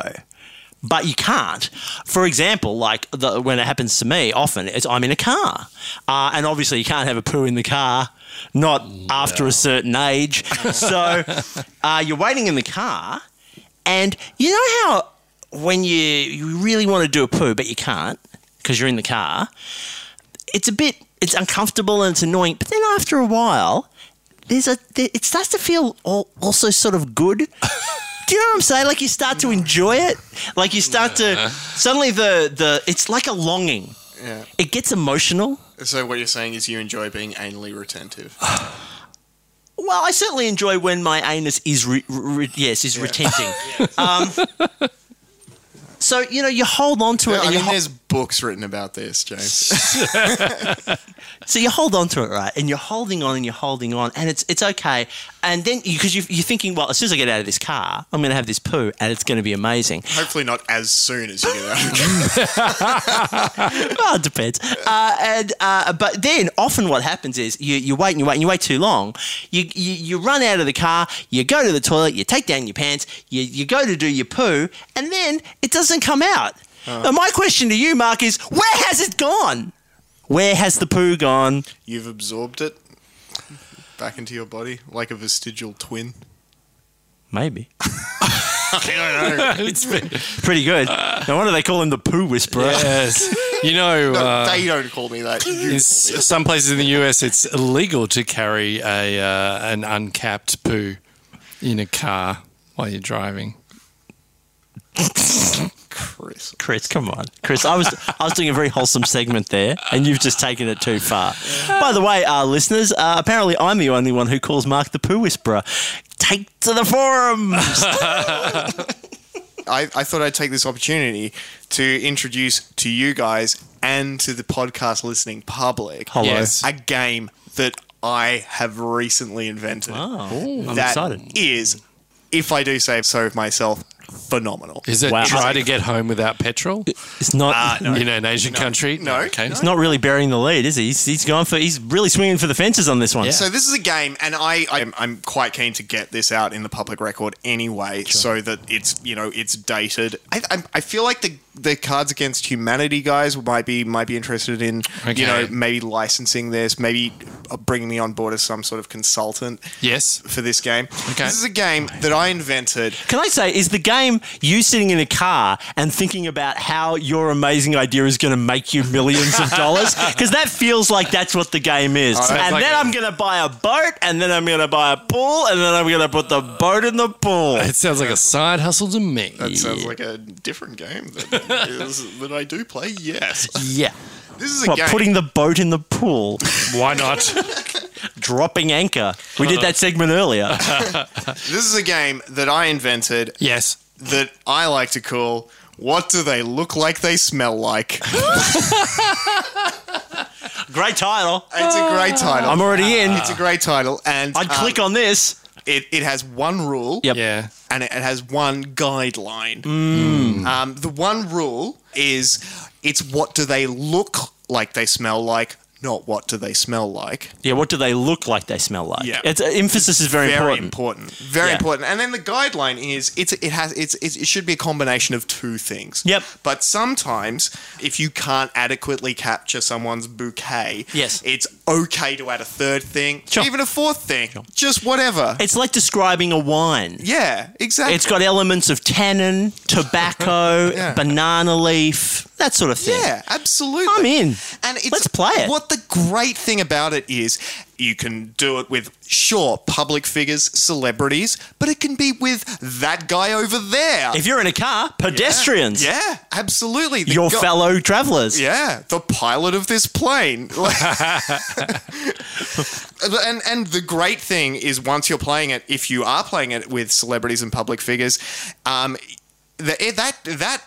Speaker 3: But you can't. For example, like the, when it happens to me, often it's I'm in a car, uh, and obviously you can't have a poo in the car, not after a certain age. so uh, you're waiting in the car, and you know how when you, you really want to do a poo, but you can't because you're in the car, it's a bit, it's uncomfortable and it's annoying. But then after a while, there's a, there, it starts to feel all, also sort of good. Do you know what I'm saying? Like you start to enjoy it. Like you start to suddenly the the it's like a longing.
Speaker 2: Yeah.
Speaker 3: It gets emotional.
Speaker 2: So what you're saying is you enjoy being anally retentive.
Speaker 3: Well, I certainly enjoy when my anus is re- re- yes is retenting. Um, so you know you hold on to it.
Speaker 2: Yeah, I
Speaker 3: and you
Speaker 2: mean,
Speaker 3: ho-
Speaker 2: there's books written about this, James.
Speaker 3: So you hold on to it, right? And you're holding on and you're holding on, and it's it's okay. And then because you, you're thinking, well, as soon as I get out of this car, I'm going to have this poo, and it's going to be amazing.
Speaker 2: Hopefully not as soon as you get out. of the car.
Speaker 3: well, it depends. Uh, and uh, but then often what happens is you, you wait and you wait and you wait too long. You, you you run out of the car. You go to the toilet. You take down your pants. You you go to do your poo, and then it doesn't come out. Now, my question to you, Mark, is where has it gone? Where has the poo gone?
Speaker 2: You've absorbed it back into your body like a vestigial twin.
Speaker 3: Maybe.
Speaker 2: I don't know.
Speaker 1: It's been-
Speaker 3: Pretty good. no wonder they call him the poo whisperer.
Speaker 1: yes. You know, uh,
Speaker 2: they don't call me that. You call
Speaker 1: in
Speaker 2: me.
Speaker 1: s- some places in the US, it's illegal to carry a uh, an uncapped poo in a car while you're driving.
Speaker 2: Chris.
Speaker 3: Chris, come on, Chris. I was I was doing a very wholesome segment there, and you've just taken it too far. By the way, uh, listeners, uh, apparently I'm the only one who calls Mark the poo whisperer. Take to the forums.
Speaker 2: I, I thought I'd take this opportunity to introduce to you guys and to the podcast listening public
Speaker 3: Hello.
Speaker 1: Yes.
Speaker 2: a game that I have recently invented.
Speaker 3: I'm
Speaker 2: That
Speaker 3: excited.
Speaker 2: is, if I do say so myself, phenomenal.
Speaker 1: Is it
Speaker 3: Wow. Uh,
Speaker 1: try to get home without petrol?
Speaker 3: It's not.
Speaker 2: Ah,
Speaker 1: In an Asian country?
Speaker 2: No.
Speaker 1: Okay.
Speaker 3: It's not really burying the lead, is he? He's, he's gone for. He's really swinging for the fences on this one.
Speaker 2: So this is a game, and I, I'm, I'm quite keen to get this out in the public record anyway, so that it's you know it's dated. I, I, I feel like the the Cards Against Humanity guys might be might be interested in
Speaker 1: Okay.
Speaker 2: you know maybe licensing this, maybe uh, bringing me on board as some sort of consultant
Speaker 1: Yes.
Speaker 2: for this game.
Speaker 1: Okay.
Speaker 2: This is a game that I invented.
Speaker 3: Can I say, is the game shame you sitting in a car and thinking about how your amazing idea is going to make you millions of dollars because that feels like that's what the game is.
Speaker 2: Oh, that's
Speaker 3: and
Speaker 2: like
Speaker 3: then
Speaker 2: a-
Speaker 3: i I'm going to buy a boat and then I'm going to buy a pool and then I'm going to put the boat in the pool.
Speaker 1: It sounds like a side hustle to me.
Speaker 3: Uh,
Speaker 2: That sounds like a different game that, is, that I do play. Yes,
Speaker 3: Yeah.
Speaker 2: this is a
Speaker 3: What,
Speaker 2: game.
Speaker 3: putting the boat in the pool,
Speaker 1: Why not?
Speaker 3: dropping anchor. We did that segment earlier.
Speaker 2: this is a game that I invented
Speaker 1: yes.
Speaker 2: that I like to call. What do they look like? They smell like.
Speaker 3: Great title.
Speaker 2: It's a great title.
Speaker 3: I'm already in.
Speaker 2: it's a great title, and
Speaker 3: I'd
Speaker 2: Uh, um,
Speaker 3: click on this.
Speaker 2: it. It has one rule.
Speaker 3: Yep.
Speaker 1: Yeah.
Speaker 2: and it it has one guideline.
Speaker 3: Hmm.
Speaker 2: Um, the one rule is it's what do they look like they smell like, not what do they smell like.
Speaker 3: Yeah, what do they look like? They smell like.
Speaker 2: Yeah.
Speaker 3: It's, uh, emphasis is very,
Speaker 2: Very
Speaker 3: important.
Speaker 2: important. Very
Speaker 3: Yeah.
Speaker 2: important. And then the guideline is it's it has it's, it's it should be a combination of two things.
Speaker 3: Yep.
Speaker 2: But sometimes if you can't adequately capture someone's bouquet,
Speaker 3: Yes.
Speaker 2: it's okay to add a third thing,
Speaker 3: Sure.
Speaker 2: even a fourth thing, just whatever.
Speaker 3: It's like describing a wine.
Speaker 2: yeah, exactly.
Speaker 3: It's got elements of tannin, tobacco,
Speaker 2: Yeah.
Speaker 3: banana leaf, that sort of thing.
Speaker 2: Yeah, absolutely.
Speaker 3: I'm in.
Speaker 2: And it's,
Speaker 3: Let's play it.
Speaker 2: What the great thing about it is, you can do it with sure public figures, celebrities, but it can be with that guy over there.
Speaker 3: If you're in a car, pedestrians,
Speaker 2: yeah, absolutely. The
Speaker 3: your
Speaker 2: go-
Speaker 3: fellow travelers.
Speaker 2: Yeah, the pilot of this plane. and and the great thing is once you're playing it, if you are playing it with celebrities and public figures, um, the, eh, that that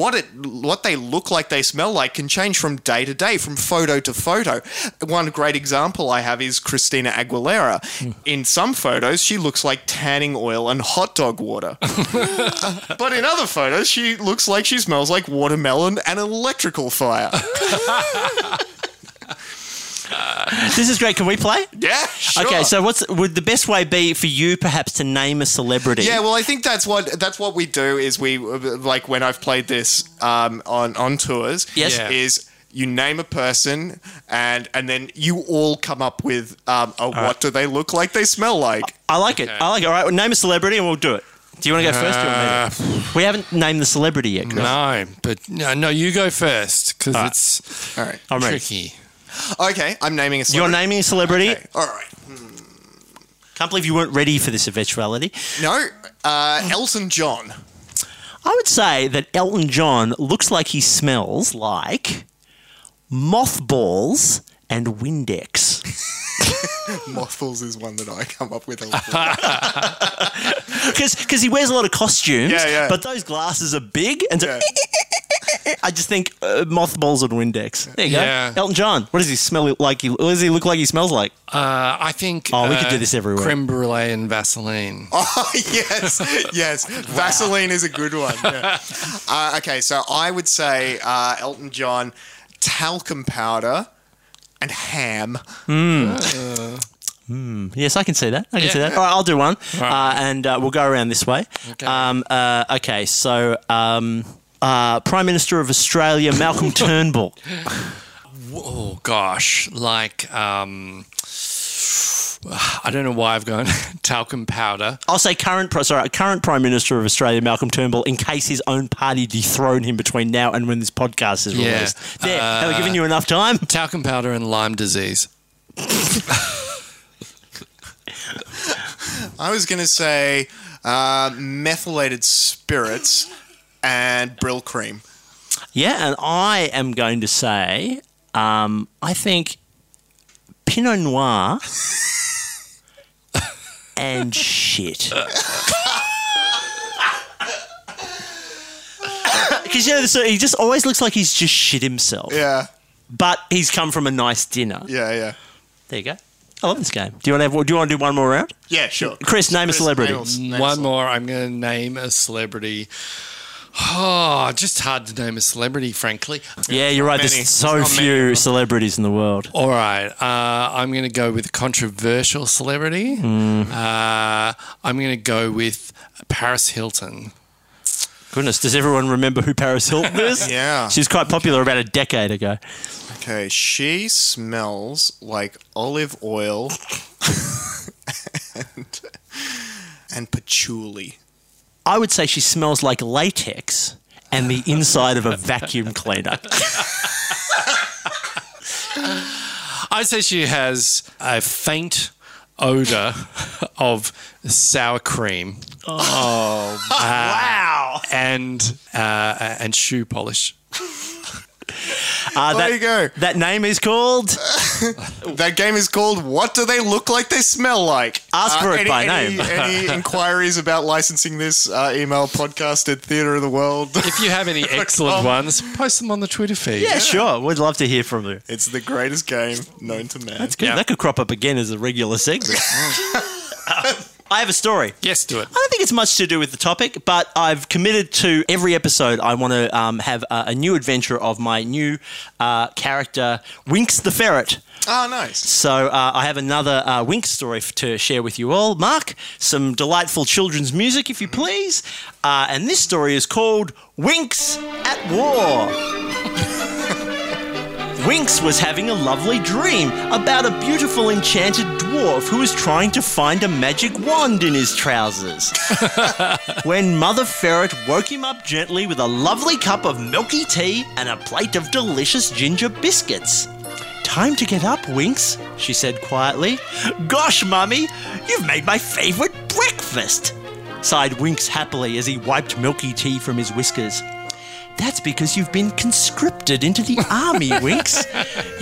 Speaker 2: what it what they look like, they smell like, can change from day to day, from photo to photo. One great example I have is Christina Aguilera. In some photos, she looks like tanning oil and hot dog water. But in other photos, she looks like she smells like watermelon and an electrical fire.
Speaker 3: This is great. Can we play?
Speaker 2: yeah, sure.
Speaker 3: Okay, so what's would the best way be for you perhaps to name a celebrity?
Speaker 2: Yeah, well, I think that's what that's what we do is we like when I've played this um, on on tours.
Speaker 3: Yes. Yeah.
Speaker 2: is you name a person and and then you all come up with um, a what do they look like? They smell like.
Speaker 3: I like it. I like it. All right, well, name a celebrity and we'll do it. Do you want to go first? or do you want me
Speaker 2: Uh,
Speaker 3: to? we haven't named the celebrity yet.
Speaker 2: Mm,
Speaker 3: Chris.
Speaker 1: No, but no, no you go first because it's
Speaker 2: All right.
Speaker 3: I'm ready.
Speaker 1: tricky.
Speaker 2: Okay, I'm naming a.
Speaker 3: You're
Speaker 2: Celebrity.
Speaker 3: naming a celebrity.
Speaker 2: Okay, All right.
Speaker 3: Can't believe you weren't ready for this eventuality.
Speaker 2: No, uh, Elton John.
Speaker 3: I would say that Elton John looks like he smells like mothballs and Windex.
Speaker 2: Mothballs is one that I come up with. a lot.
Speaker 3: Because he wears a lot of costumes,
Speaker 2: Yeah, yeah.
Speaker 3: but those glasses are big. And so
Speaker 2: Yeah.
Speaker 3: I just think uh, mothballs and Windex. There you
Speaker 1: Yeah.
Speaker 3: go. Elton John. What does he smell like? He, what does he look like he smells like?
Speaker 1: Uh, I think.
Speaker 3: Oh, we could
Speaker 1: uh,
Speaker 3: do this everywhere.
Speaker 1: Creme brulee and Vaseline.
Speaker 2: Oh, yes, yes. Vaseline is a good one. yeah. uh, okay, so I would say uh, Elton John, talcum powder, and ham.
Speaker 3: Um, Yes, I can see that. I can see that. All right, I'll do one, uh, and uh, we'll go around this way.
Speaker 1: Okay.
Speaker 3: Um, uh, okay. So, um, uh, Prime Minister of Australia, Malcolm Turnbull.
Speaker 1: Oh gosh, like um, I don't know why I've gone talcum powder.
Speaker 3: I'll say current. pri- Sorry, current Prime Minister of Australia, Malcolm Turnbull, in case his own party dethrone him between now and when this podcast is
Speaker 1: Yeah.
Speaker 3: released. There, have I given you enough time?
Speaker 1: Talcum powder and Lyme disease.
Speaker 2: I was going to say uh, methylated spirits and Brill cream.
Speaker 3: Yeah, and I am going to say, um, I think Pinot Noir and shit. Because you know, so he just always looks like he's just shit himself,
Speaker 2: Yeah,
Speaker 3: but he's come from a nice dinner.
Speaker 2: yeah, yeah.
Speaker 3: There you go. I love this game. Do you want to have? Do you want to do one more round?
Speaker 2: Yeah, sure.
Speaker 3: Chris, name a celebrity.
Speaker 2: Nails, nails.
Speaker 1: One more. I'm going to name a celebrity. Oh, just hard to name a celebrity, frankly.
Speaker 3: Yeah, you're right.
Speaker 2: many.
Speaker 3: There's so
Speaker 2: There's not many
Speaker 3: few celebrities in the world.
Speaker 1: All right, uh, I'm going to go with controversial celebrity. Uh, I'm going to go with Paris Hilton.
Speaker 3: Goodness, does everyone remember who Paris Hilton is?
Speaker 2: Yeah.
Speaker 3: She was quite popular about a decade ago.
Speaker 2: Okay, she smells like olive oil and, and patchouli.
Speaker 3: I would say she smells like latex and the inside of a vacuum cleaner.
Speaker 1: I'd say she has a faint odor of sour cream. Oh, wow! And uh, and shoe polish.
Speaker 3: Uh,
Speaker 2: There you go.
Speaker 3: That name is called.
Speaker 2: That game is called What Do They Look Like They Smell Like? Uh,
Speaker 3: Ask for it
Speaker 2: any,
Speaker 3: by
Speaker 2: any-
Speaker 3: name.
Speaker 2: any inquiries about licensing this, uh, email podcast at theatre of the world.
Speaker 1: If you have any excellent ones, post them on the Twitter feed.
Speaker 3: Yeah, sure. We'd love to hear from you.
Speaker 2: it's the greatest game known to man.
Speaker 3: Good, That could crop up again as a regular segment. I have a story.
Speaker 1: Yes, do it.
Speaker 3: I don't think it's much to do with the topic, but I've committed to every episode. I want to um, have a, a new adventure of my new uh, character, Winks the Ferret.
Speaker 2: Ah, nice.
Speaker 3: So uh, I have another uh, Wink story f- to share with you all. Mark, some delightful children's music, if you please. Uh, and this story is called Winks at War. Winks was having a lovely dream about a beautiful enchanted dwarf who was trying to find a magic wand in his trousers. when Mother Ferret woke him up gently with a lovely cup of milky tea and a plate of delicious ginger biscuits. Time to get up, Winks, she said quietly. Gosh, Mummy, you've made my favourite breakfast, sighed Winks happily as he wiped milky tea from his whiskers. That's because you've been conscripted into the army, Winks.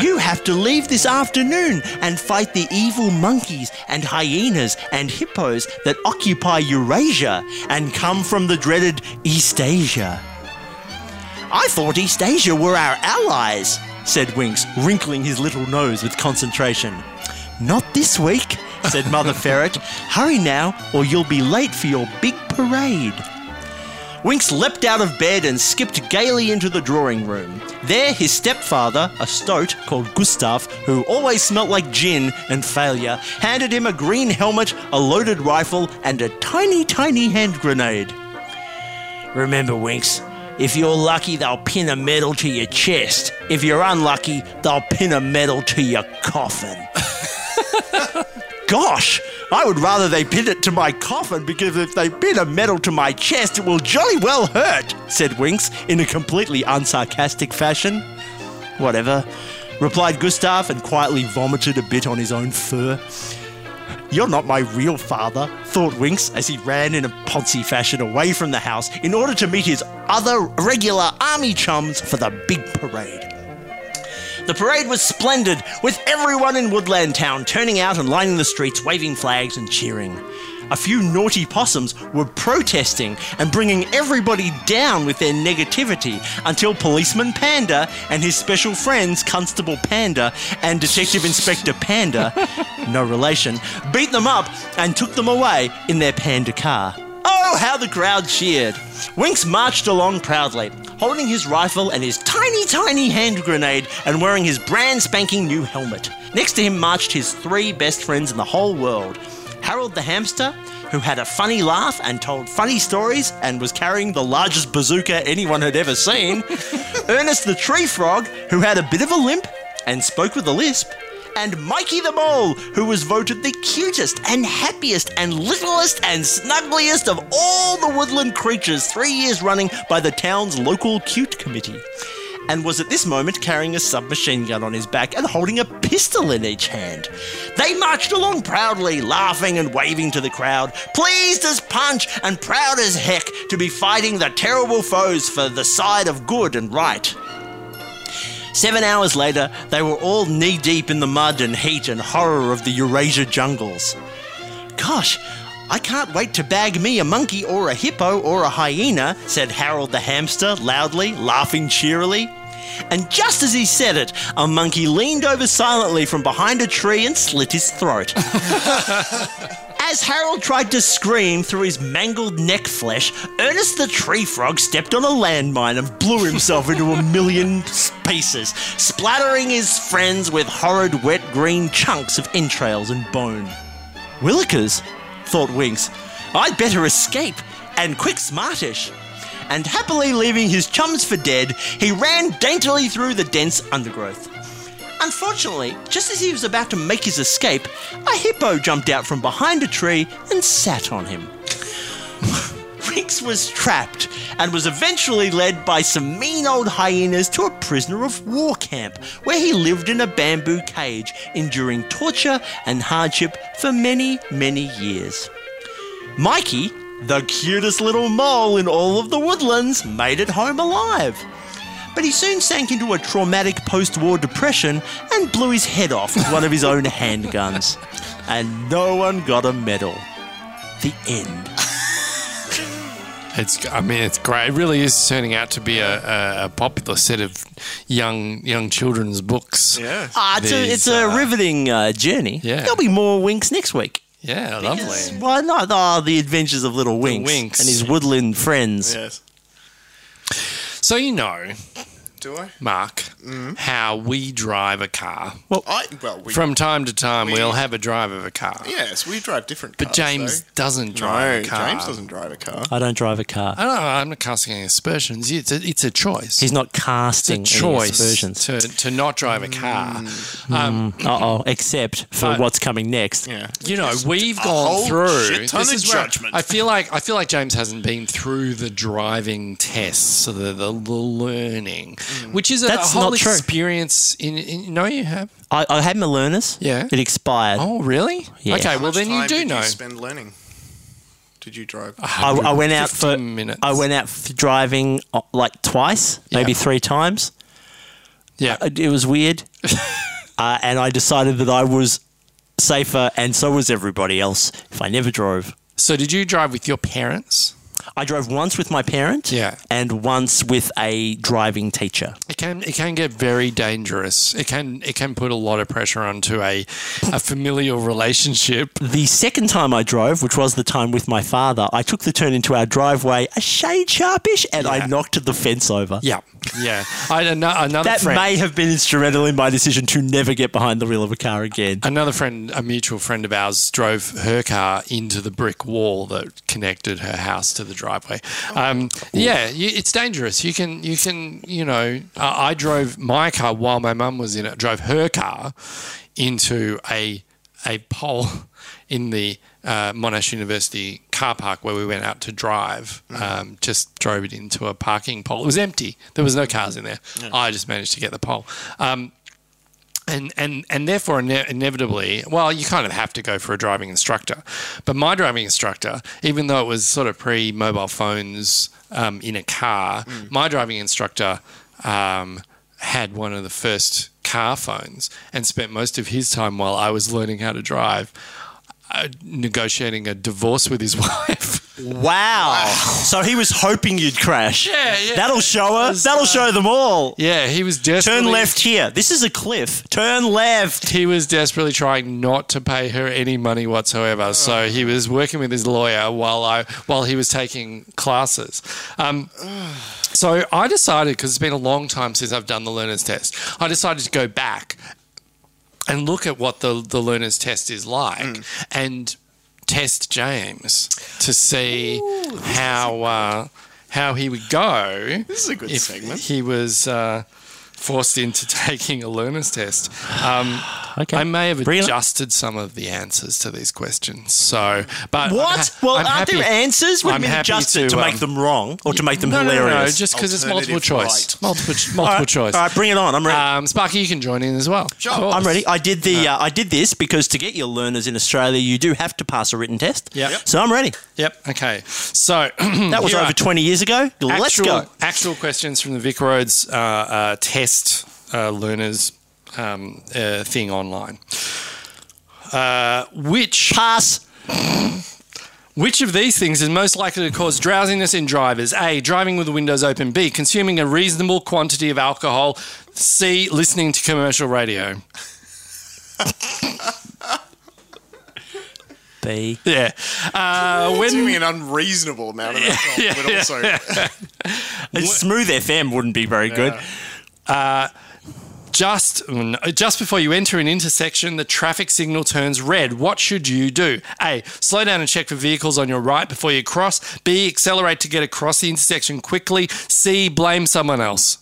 Speaker 3: You have to leave this afternoon and fight the evil monkeys and hyenas and hippos that occupy Eurasia and come from the dreaded East Asia. I thought East Asia were our allies, said Winks, wrinkling his little nose with concentration. Not this week, said Mother Ferret. Hurry now, or you'll be late for your big parade. Winks leapt out of bed and skipped gaily into the drawing room. There, his stepfather, a stoat called Gustav, who always smelt like gin and failure, handed him a green helmet, a loaded rifle, and a tiny, tiny hand grenade. Remember, Winks, if you're lucky, they'll pin a medal to your chest. If you're unlucky, they'll pin a medal to your coffin. Gosh, I would rather they pin it to my coffin because if they pin a medal to my chest, it will jolly well hurt, said Winks in a completely unsarcastic fashion. Whatever, replied Gustav and quietly vomited a bit on his own fur. You're not my real father, thought Winks as he ran in a poncy fashion away from the house in order to meet his other regular army chums for the big parade. The parade was splendid, with everyone in Woodland Town turning out and lining the streets, waving flags and cheering. A few naughty possums were protesting and bringing everybody down with their negativity until policeman Panda and his special friends Constable Panda and Detective Inspector Panda, no relation, beat them up and took them away in their panda car. Oh, how the crowd cheered! Winks marched along proudly, holding his rifle and his tiny, tiny hand grenade and wearing his brand spanking new helmet. Next to him marched his three best friends in the whole world Harold the hamster, who had a funny laugh and told funny stories and was carrying the largest bazooka anyone had ever seen, Ernest the tree frog, who had a bit of a limp and spoke with a lisp, and Mikey the Mole, who was voted the cutest and happiest and littlest and snuggliest of all the woodland creatures three years running by the town's local cute committee, and was at this moment carrying a submachine gun on his back and holding a pistol in each hand. They marched along proudly, laughing and waving to the crowd, pleased as punch and proud as heck to be fighting the terrible foes for the side of good and right. Seven hours later, they were all knee deep in the mud and heat and horror of the Eurasia jungles. Gosh, I can't wait to bag me a monkey or a hippo or a hyena, said Harold the hamster loudly, laughing cheerily. And just as he said it, a monkey leaned over silently from behind a tree and slit his throat. As Harold tried to scream through his mangled neck flesh, Ernest the tree frog stepped on a landmine and blew himself into a million pieces, splattering his friends with horrid wet green chunks of entrails and bone. Willikers, thought Winks. I'd better escape, and quick smartish. And happily leaving his chums for dead, he ran daintily through the dense undergrowth. Unfortunately, just as he was about to make his escape, a hippo jumped out from behind a tree and sat on him. Banks was trapped and was eventually led by some mean old hyenas to a prisoner of war camp where he lived in a bamboo cage, enduring torture and hardship for many, many years. Mikey, the cutest little mole in all of the woodlands, made it home alive. But he soon sank into a traumatic post war depression and blew his head off with one of his own handguns. And no one got a medal. The end.
Speaker 1: It's, I mean, it's great. It really is turning out to be a, a, a popular set of young young children's books.
Speaker 2: Yeah.
Speaker 3: Ah, it's, a,
Speaker 1: These,
Speaker 3: it's a
Speaker 1: uh,
Speaker 3: riveting uh, journey.
Speaker 1: Yeah.
Speaker 3: There'll be more Winks next week.
Speaker 1: Yeah,
Speaker 3: Yes,
Speaker 1: lovely.
Speaker 3: Why not? Ah, the adventures of little Winks,
Speaker 1: Winks.
Speaker 3: and his woodland friends.
Speaker 2: Yes.
Speaker 1: So you know,
Speaker 2: Do I?
Speaker 1: Mark, how we drive a car.
Speaker 2: Well, I well we
Speaker 1: Oh. From time to time,
Speaker 2: we-
Speaker 1: we, will have a drive of a car.
Speaker 2: yes we drive different.
Speaker 1: But
Speaker 2: cars,
Speaker 1: James
Speaker 2: though.
Speaker 1: doesn't drive
Speaker 2: Oh, no,
Speaker 1: a car.
Speaker 2: James doesn't drive a car.
Speaker 3: I don't drive a car.
Speaker 1: I don't know. I'm not casting any aspersions. It's a, it's a choice.
Speaker 3: He's not
Speaker 1: it's
Speaker 3: casting
Speaker 1: a
Speaker 3: any
Speaker 1: choice
Speaker 3: aspersions.
Speaker 1: to, to not drive a car.
Speaker 2: Mm.
Speaker 1: Um,
Speaker 3: Uh oh, except for
Speaker 1: But-
Speaker 3: what's coming next.
Speaker 2: Yeah.
Speaker 1: you know, we've
Speaker 2: whole
Speaker 1: gone through.
Speaker 2: shit ton
Speaker 1: this
Speaker 2: of
Speaker 1: is where
Speaker 2: judgment.
Speaker 1: I feel like I feel like James hasn't been through the driving tests, the the, the learning,
Speaker 2: Mm.
Speaker 1: which is a, a
Speaker 3: That's
Speaker 1: whole
Speaker 3: not true.
Speaker 1: experience. In, in no, you have.
Speaker 3: I, I had my learners.
Speaker 1: Yeah.
Speaker 3: It expired.
Speaker 1: Oh, really?
Speaker 3: Yeah.
Speaker 1: Okay,
Speaker 2: How
Speaker 1: well
Speaker 2: much
Speaker 1: then you
Speaker 2: time
Speaker 1: do
Speaker 2: did
Speaker 1: know. Ah,
Speaker 2: You spend learning. Did you drive?
Speaker 3: I, I went out for
Speaker 1: 15 minutes.
Speaker 3: I went out for driving uh, like twice, maybe
Speaker 1: Yeah.
Speaker 3: three times.
Speaker 1: yeah.
Speaker 3: Uh, It was weird, uh, and I decided that I was safer, and so was everybody else. If I never drove,
Speaker 1: So did you drive with your parents?
Speaker 3: I drove once with my parent,
Speaker 1: Yeah.
Speaker 3: and once with a driving teacher.
Speaker 1: It can it can get very dangerous. It can it can put a lot of pressure onto a a familial relationship.
Speaker 3: The second time I drove, which was the time with my father, I took the turn into our driveway a shade sharpish, and I
Speaker 1: Yeah.
Speaker 3: knocked the fence over.
Speaker 1: Yeah, yeah. I, an- another
Speaker 3: That
Speaker 1: friend,
Speaker 3: may have been instrumental in my decision to never get behind the wheel of a car again.
Speaker 1: another friend, a mutual friend of ours, drove her car into the brick wall that connected her house to the driveway. Um, yeah, you, it's dangerous. You can you can you know. I I drove my car while my mum was in it. Drove her car into a a pole in the uh, Monash University car park where we went out to drive. Um, just drove it into a parking pole. It was empty. There was no cars in there. I just managed to get the pole. Um, and and and therefore ine- inevitably, well, you kind of have to go for a driving instructor. But my driving instructor, even though it was sort of pre mobile phones um, in a car,
Speaker 3: Mm.
Speaker 1: my driving instructor um, had one of the first car phones and spent most of his time while I was learning how to drive. Uh, negotiating a divorce with his wife.
Speaker 3: Wow. So he was hoping you'd crash.
Speaker 1: Yeah, yeah.
Speaker 3: That'll show her.
Speaker 1: was,
Speaker 3: That'll
Speaker 1: uh,
Speaker 3: show them all.
Speaker 1: yeah, he was
Speaker 3: Turn
Speaker 1: desperately
Speaker 3: left here. This is a cliff. Turn left.
Speaker 1: he was desperately trying not to pay her any money whatsoever. So he was working with his lawyer while I while he was taking classes. Um, so I decided because it's been a long time since I've done the learner's test. I decided to go back and look at what the the learner's test is like and test James to see how uh, how he would go
Speaker 2: This is a good
Speaker 1: if
Speaker 2: segment.
Speaker 1: he was. Uh, Forced into taking a learner's test. Um,
Speaker 3: Okay.
Speaker 1: I may have
Speaker 3: Bring it on.
Speaker 1: adjusted some of the answers to these questions. So, but I'm
Speaker 3: What?
Speaker 1: ha-
Speaker 3: well,
Speaker 1: I'm
Speaker 3: aren't there
Speaker 1: happy-
Speaker 3: answers? We've
Speaker 1: I'm
Speaker 3: been
Speaker 1: happy
Speaker 3: adjusted to,
Speaker 1: um,
Speaker 3: make them wrong or to make them
Speaker 1: no, no, no,
Speaker 3: hilarious.
Speaker 1: no, just because it's multiple
Speaker 2: Alternative
Speaker 1: choice.
Speaker 2: right.
Speaker 1: Multiple, ch- multiple
Speaker 3: all right,
Speaker 1: choice.
Speaker 3: All right, bring it on. I'm ready.
Speaker 1: Um, Sparky, you can join in as well. Sure.
Speaker 3: I'm ready. I did the. Uh, I did this because to get your learners in Australia, you do have to pass a written test.
Speaker 1: Yep. Mm. Yep.
Speaker 3: So I'm ready.
Speaker 1: Yep. Okay. So
Speaker 3: That was
Speaker 1: here
Speaker 3: over
Speaker 1: are
Speaker 3: 20 years ago. Let's
Speaker 1: actual,
Speaker 3: go.
Speaker 1: Actual questions from the Vic Roads uh, uh, test uh, learners um, uh, thing online. Uh, which
Speaker 3: Pass.
Speaker 1: Which of these things is most likely to cause drowsiness in drivers? A. Driving with the windows open. B. Consuming a reasonable quantity of alcohol. C. Listening to commercial radio.
Speaker 3: B.
Speaker 1: Yeah. Uh, when
Speaker 2: Consuming an unreasonable amount of alcohol, but also
Speaker 3: Smooth FM wouldn't be very good.
Speaker 1: just mm, just before you enter an intersection, the traffic signal turns red. What should you do? A. Slow down and check for vehicles on your right before you cross. B. Accelerate to get across the intersection quickly. C. Blame someone else.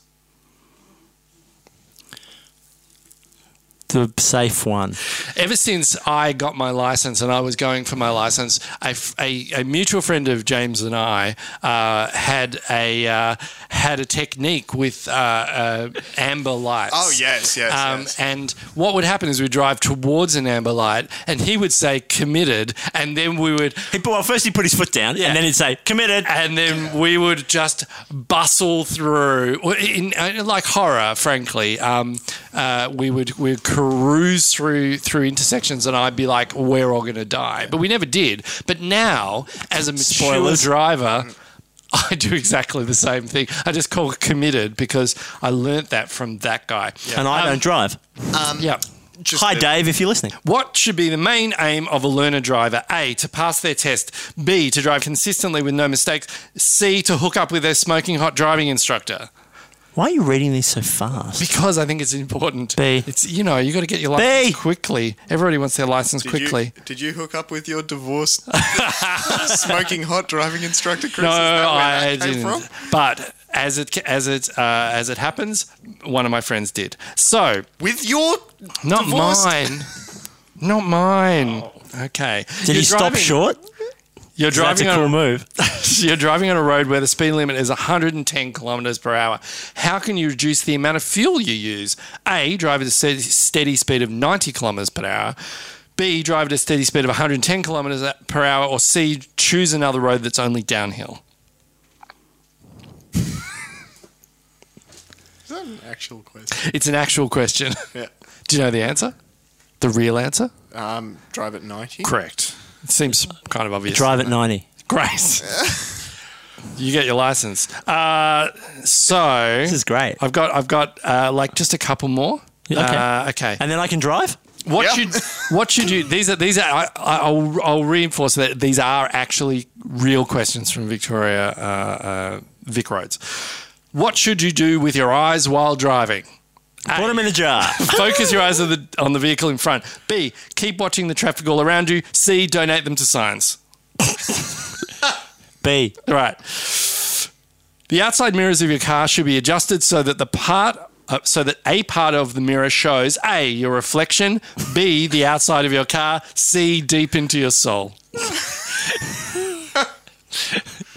Speaker 3: the safe one.
Speaker 1: Ever since I got my license and I was going for my license, a, f- a- a mutual friend of James and I uh, had a uh, had a technique with uh, uh, amber lights.
Speaker 2: Oh, yes, yes,
Speaker 1: Um,
Speaker 2: yes.
Speaker 1: And what would happen is we drive towards an amber light, and he would say "committed," and then we would
Speaker 3: He, well, first he put his foot down, and then he'd say, committed.
Speaker 1: and then we would just bustle through Well, in, uh, like horror frankly um, uh, we would we would cruise through through intersections and I'd be like we're all gonna die but we never did but now as a mature
Speaker 3: Spoilers.
Speaker 1: driver I do exactly the same thing I just call it committed because I learnt that from that guy
Speaker 3: And I
Speaker 1: Um,
Speaker 3: don't drive.
Speaker 1: yeah
Speaker 2: Just
Speaker 3: Hi,
Speaker 2: the-
Speaker 3: Dave, if you're listening.
Speaker 1: what should be the main aim of a learner driver? A, to pass their test. B, to drive consistently with no mistakes. C, to hook up with their smoking hot driving instructor.
Speaker 3: Why are you reading these so fast?
Speaker 1: Because I think it's important.
Speaker 3: B.
Speaker 1: It's, you know, you got to get your license quickly. Everybody wants their license
Speaker 2: Did you-
Speaker 1: quickly.
Speaker 2: did you hook up with your divorced smoking hot driving instructor, Chris?
Speaker 1: no,
Speaker 2: Is that where
Speaker 1: I
Speaker 2: that came
Speaker 1: didn't.
Speaker 2: from?
Speaker 1: But as it as it uh, as it happens, one of my friends did. So
Speaker 2: With your
Speaker 1: not
Speaker 2: Divorced.
Speaker 1: mine. Not mine. Okay.
Speaker 3: Did he stop short?
Speaker 1: You're
Speaker 3: That's
Speaker 1: driving
Speaker 3: a
Speaker 1: on
Speaker 3: cool move.
Speaker 1: So you're driving on a road where the speed limit is 110 kilometers per hour. How can you reduce the amount of fuel you use? A, drive at a steady- steady speed of 90 kilometers per hour. B, drive at a steady speed of 110 kilometers per hour. Or C, choose another road that's only downhill.
Speaker 2: is that an actual question?
Speaker 1: It's an actual question.
Speaker 2: Yeah.
Speaker 1: Do you know the answer? The real answer?
Speaker 2: Um, drive at ninety.
Speaker 1: Correct. It seems kind of obvious.
Speaker 3: Drive at 90.
Speaker 1: Grace. you get your license. Uh, so.
Speaker 3: This is great.
Speaker 1: I've got, I've got uh, like just a couple more.
Speaker 3: Yeah, okay.
Speaker 1: Uh, okay.
Speaker 3: And then I can drive?
Speaker 1: What
Speaker 2: Yeah.
Speaker 1: should what should you? These are these are. I, I- I'll I'll reinforce that these are actually real questions from Victoria uh, uh, Vic Roads. What should you do with your eyes while driving?
Speaker 3: Put him in a jar.
Speaker 1: Focus your eyes on the, on the vehicle in front. B. Keep watching the traffic all around you. C. Donate them to science.
Speaker 3: B.
Speaker 1: Right. The outside mirrors of your car should be adjusted so that the part uh, so that a part of the mirror shows A your reflection, B the outside of your car, C deep into your soul.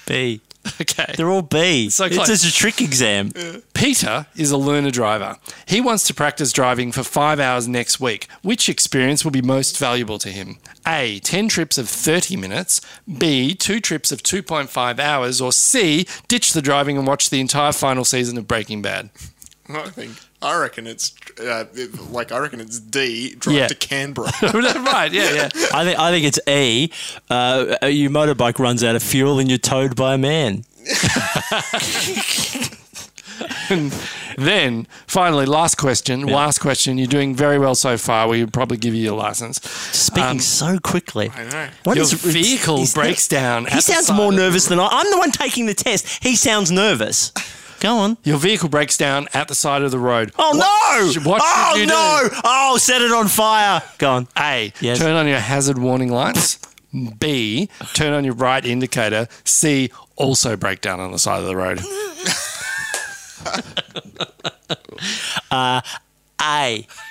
Speaker 3: B.
Speaker 1: Okay.
Speaker 3: They're all B.
Speaker 1: So
Speaker 3: it's
Speaker 1: close.
Speaker 3: just a trick exam.
Speaker 1: Peter is a learner driver. He wants to practice driving for five hours next week. Which experience will be most valuable to him? A. 10 trips of 30 minutes. B. Two trips of 2.5 hours. Or C. Ditch the driving and watch the entire final season of Breaking Bad.
Speaker 2: I think. I reckon it's uh, it- like I reckon it's D. Drive
Speaker 1: Yeah.
Speaker 2: to Canberra.
Speaker 1: right, yeah, yeah.
Speaker 3: I think I think it's E. Uh, your motorbike runs out of fuel and you're towed by a man.
Speaker 1: Then, finally, last question. Last question. You're doing very well so far. We would probably give you your license.
Speaker 3: Speaking so quickly.
Speaker 2: I know.
Speaker 3: What
Speaker 1: Um, Your
Speaker 3: is- it's-
Speaker 1: vehicle
Speaker 3: he's-
Speaker 1: breaks down. at
Speaker 3: He
Speaker 1: the
Speaker 3: sounds
Speaker 1: side
Speaker 3: more
Speaker 1: of-
Speaker 3: nervous than I. I'm the one taking the test. He sounds nervous. Go on.
Speaker 1: Your vehicle breaks down at the side of the road.
Speaker 3: Oh
Speaker 1: What
Speaker 3: no!
Speaker 1: sh- what
Speaker 3: oh
Speaker 1: should you
Speaker 3: no! Oh, set it on fire. Go on.
Speaker 1: A.
Speaker 3: Yes.
Speaker 1: Turn on your hazard warning lights. B. Turn on your right indicator. C. Also break down on the side of the road.
Speaker 3: A.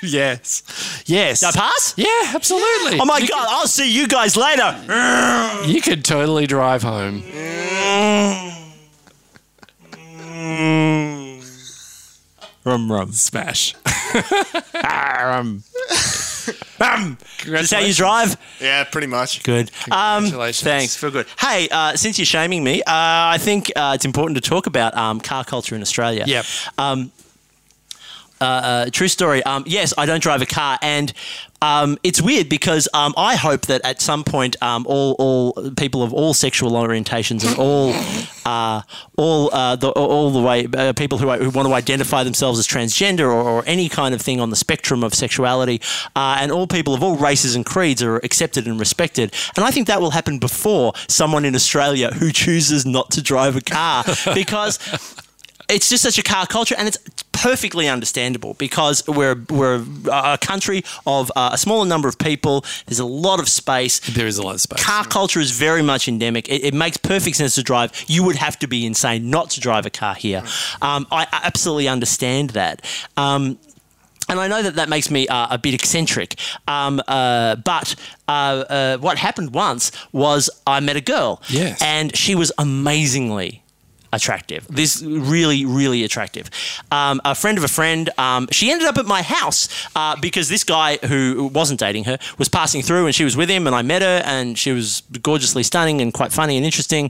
Speaker 1: yes. Yes.
Speaker 3: Did I pass?
Speaker 1: yeah, absolutely.
Speaker 3: Oh my
Speaker 1: you,
Speaker 3: god! I'll see you guys later.
Speaker 1: You could totally drive home.
Speaker 3: Rum rum.
Speaker 1: Smash.
Speaker 3: Is that how you drive?
Speaker 2: Yeah, pretty much.
Speaker 3: Good. Um,
Speaker 1: Congratulations.
Speaker 3: thanks. Feel good. Hey, uh, since you're shaming me, uh, I think uh, it's important to talk about um, car culture in Australia.
Speaker 1: Yep.
Speaker 3: Um, uh, uh, true story. Um, yes, I don't drive a car, and um, it's weird because um, I hope that at some point, um, all all people of all sexual orientations and all uh, all uh, the all the way uh, people who, who want to identify themselves as transgender or, or any kind of thing on the spectrum of sexuality, uh, and all people of all races and creeds are accepted and respected. And I think that will happen before someone in Australia who chooses not to drive a car because it's just such a car culture, and it's perfectly understandable because we're we're a a country of uh, a smaller number of people. There's a lot of space.
Speaker 1: There is a lot of space.
Speaker 3: Car culture is very much endemic. It, it makes perfect sense to drive. You would have to be insane not to drive a car here. Um, I I absolutely understand that. Um, And I know that that makes me uh, a bit eccentric, um, uh, but uh, uh, what happened once was I met a girl,
Speaker 1: Yes.
Speaker 3: and she was amazingly attractive. This really, really attractive. Um, a friend of a friend. Um, she ended up at my house uh, because this guy who wasn't dating her was passing through, and she was with him, and I met her, and she was gorgeously stunning and quite funny and interesting.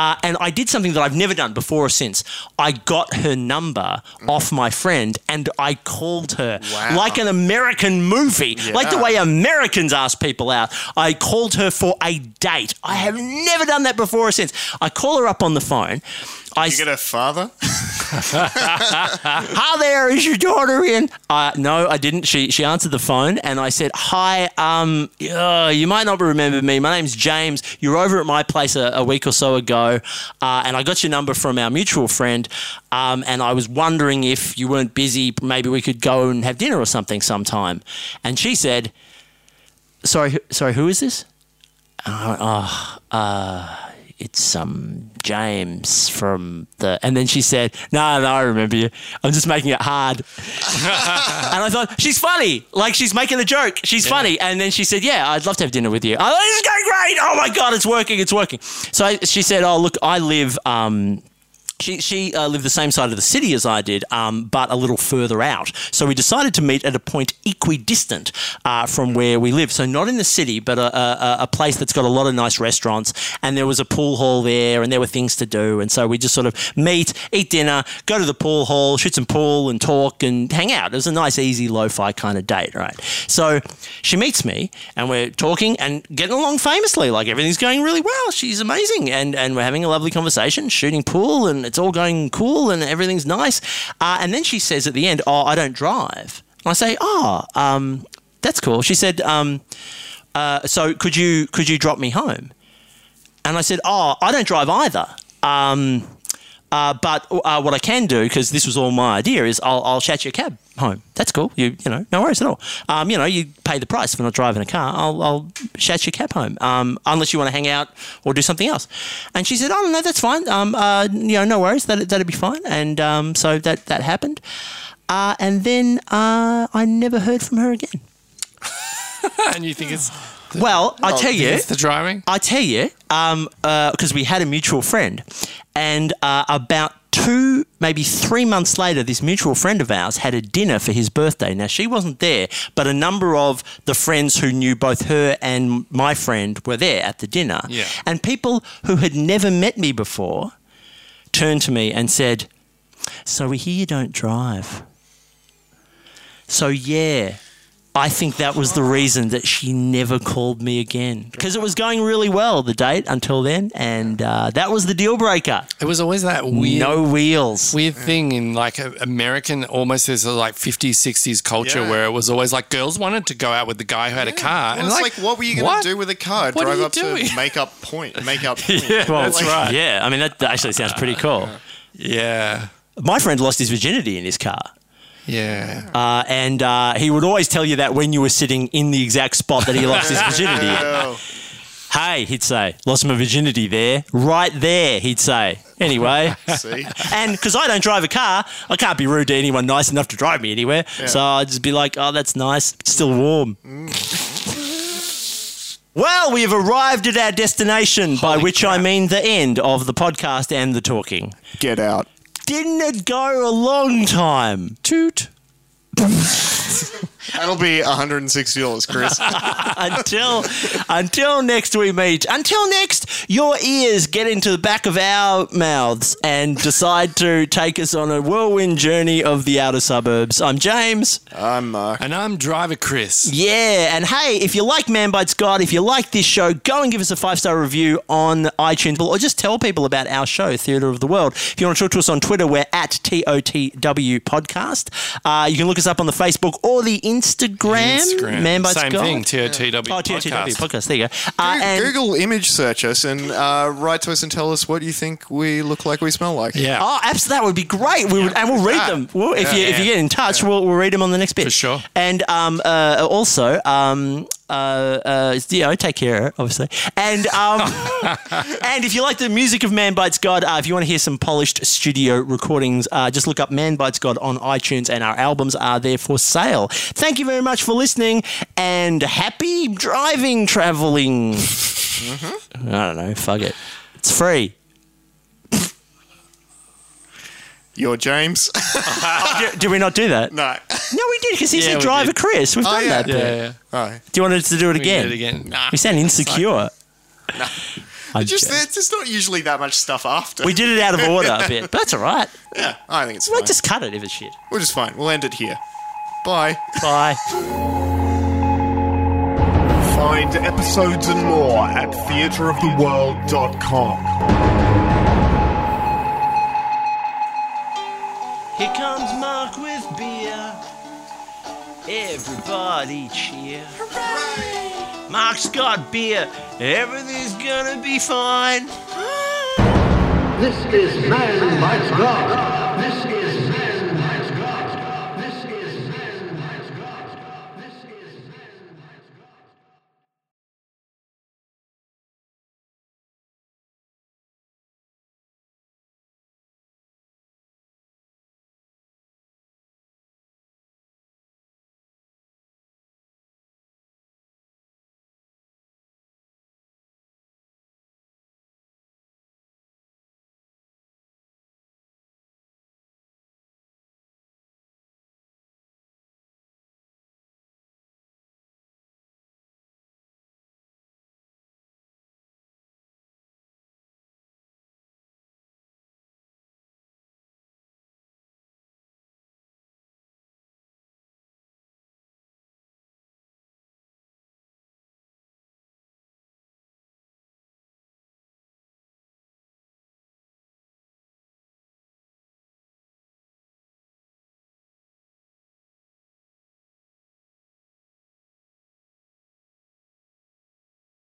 Speaker 3: Uh, and I did something that I've never done before or since. I got her number off my friend, and I called her
Speaker 2: Wow.
Speaker 3: like an American movie, like the
Speaker 2: Yeah.
Speaker 3: way Americans ask people out. I called her for a date. I have never done that before or since. I call her up on the phone. I
Speaker 2: You get a father?
Speaker 3: hi there, is your daughter in? Uh, no, I didn't. She she answered the phone and I said, hi, um, uh, you might not remember me. My name's James. You're over at my place a, a week or so ago, uh, and I got your number from our mutual friend. Um, and I was wondering if you weren't busy, maybe we could go and have dinner or something sometime. And she said, sorry, who- sorry, who is this? And I went, oh, uh, it's um James from the. And then she said, no, no, I remember you. I'm just making it hard. and I thought she's funny, like she's making a joke. She's funny. And then she said, yeah, I'd love to have dinner with you. I thought this is going great. Oh my god, it's working, it's working. So I, she said, oh look, I live um she she uh, lived the same side of the city as I did, um, but a little further out. So we decided to meet at a point equidistant uh, from where we live. So not in the city, but a, a, a place that's got a lot of nice restaurants. And there was a pool hall there, and there were things to do. And so we just sort of meet, eat dinner, go to the pool hall, shoot some pool, and talk and hang out. It was a nice, easy, lo-fi kind of date, right? So she meets me, and we're talking and getting along famously. Like everything's going really well. She's amazing, and and we're having a lovely conversation, shooting pool, and it's all going cool, and everything's nice. Uh, and then she says at the end, "Oh, I don't drive." And I say, "Oh, um, that's cool." She said, um, uh, "So could you could you drop me home?" And I said, "Oh, I don't drive either." Um, uh, but uh, what I can do, because this was all my idea, is I'll, I'll chat your cab home. That's cool. You you know, no worries at all. Um, you know, you pay the price for not driving a car. I'll, I'll chat your cab home, um, unless you want to hang out or do something else. And she said, "Oh no, that's fine. Um, uh, you know, no worries. That that'd be fine." And um, so that that happened. Uh, and then uh, I never heard from her again.
Speaker 1: and you think it's
Speaker 3: Well, I tell you,
Speaker 1: it's the driving?
Speaker 3: I tell you, because we had a mutual friend, and uh, about two, maybe three months later, this mutual friend of ours had a dinner for his birthday. Now, she wasn't there, but a number of the friends who knew both her and my friend were there at the dinner.
Speaker 1: Yeah.
Speaker 3: And people who had never met me before turned to me and said, So we hear you don't drive. So, yeah. I think that was the reason that she never called me again because it was going really well the date until then, and uh, that was the deal breaker.
Speaker 1: It was always that weird.
Speaker 3: No wheels.
Speaker 1: Weird thing in like a- American, almost as a like 50s, 60s culture
Speaker 2: Yeah.
Speaker 1: where it was always like girls wanted to go out with the guy who had a car.
Speaker 2: Well, it's like, what were you going
Speaker 1: what?
Speaker 2: to do with a car?
Speaker 1: What are
Speaker 2: Drive
Speaker 1: you
Speaker 2: up
Speaker 1: doing?
Speaker 2: to make up point. Make up point.
Speaker 3: Well,
Speaker 2: Like-
Speaker 3: Yeah, I mean that that actually sounds pretty cool.
Speaker 1: Yeah.
Speaker 3: My friend lost his virginity in his car.
Speaker 1: Yeah.
Speaker 3: Uh, and uh, he would always tell you that when you were sitting in the exact spot that he lost his virginity in.
Speaker 2: Oh,
Speaker 3: Hey, he'd say, lost my virginity there, right there, he'd say. Anyway,
Speaker 2: see?
Speaker 3: and because I don't drive a car, I can't be rude to anyone nice enough to drive me anywhere. So I'd just be like, oh, that's nice. It's still warm. well, we have arrived at our destination, by which I mean the end of the podcast and the talking.
Speaker 2: Get out.
Speaker 3: Didn't it go a long time? Toot.
Speaker 2: That'll be $160, Chris.
Speaker 3: until until next we meet. Until next, your ears get into the back of our mouths and decide to take us on a whirlwind journey of the outer suburbs. I'm James.
Speaker 2: I'm Mark.
Speaker 1: and I'm driver Chris.
Speaker 3: Yeah, and hey, if you like Man Bites God, if you like this show, go and give us a five star review on iTunes, or just tell people about our show, Theatre of the World. If you want to talk to us on Twitter, we're at TOTW Podcast. Uh, you can look us up on the Facebook or the Instagram. Man Bites
Speaker 1: Same
Speaker 3: God.
Speaker 1: thing, TOTW.
Speaker 3: Oh, TOTW
Speaker 1: podcast.
Speaker 3: podcast. There you go. Uh, and-
Speaker 2: Google image search us and uh, write to us and tell us what you think we look like, we smell like.
Speaker 1: Yeah.
Speaker 3: Oh, absolutely. That would be great. We would, and we'll read
Speaker 2: that.
Speaker 3: them. Well, if
Speaker 2: Yeah.
Speaker 3: you if you get in touch, we'll, we'll read them on the next bit
Speaker 1: For sure.
Speaker 3: And um, uh, also, um, uh, uh, it's Dio. Take care, obviously. And um, and if you like the music of Man Bites God, uh, if you want to hear some polished studio recordings, uh, just look up Man Bites God on iTunes, and our albums are there for sale. Thank you very much for listening, and happy driving, traveling.
Speaker 2: Mm-hmm.
Speaker 3: I don't know. Fuck it. It's free.
Speaker 2: You're James.
Speaker 3: Do- Did we not do that?
Speaker 2: no.
Speaker 3: No, we did because he
Speaker 1: Yeah,
Speaker 3: said
Speaker 1: we
Speaker 3: driver
Speaker 1: did.
Speaker 3: Chris. We've done
Speaker 2: yeah.
Speaker 3: that.
Speaker 1: Yeah,
Speaker 3: bit.
Speaker 1: yeah.
Speaker 2: Oh.
Speaker 3: Do you want us to do it
Speaker 1: We can
Speaker 3: again?
Speaker 1: do it again.
Speaker 3: We sound insecure. I'm
Speaker 2: Just
Speaker 3: joking.
Speaker 2: there's just not usually that much stuff after.
Speaker 3: we did it out of order a bit, but that's all right.
Speaker 2: Yeah, I think it's
Speaker 3: We'll
Speaker 2: fine.
Speaker 3: just cut it if it's shit.
Speaker 2: We're just fine. We'll end it here. Bye.
Speaker 3: Bye.
Speaker 5: Find episodes and more at theatreoftheworld.com.
Speaker 3: Here comes Mark with beer. Everybody cheer. Hooray! Mark's got beer. Everything's gonna be fine.
Speaker 9: This is Man Bites God.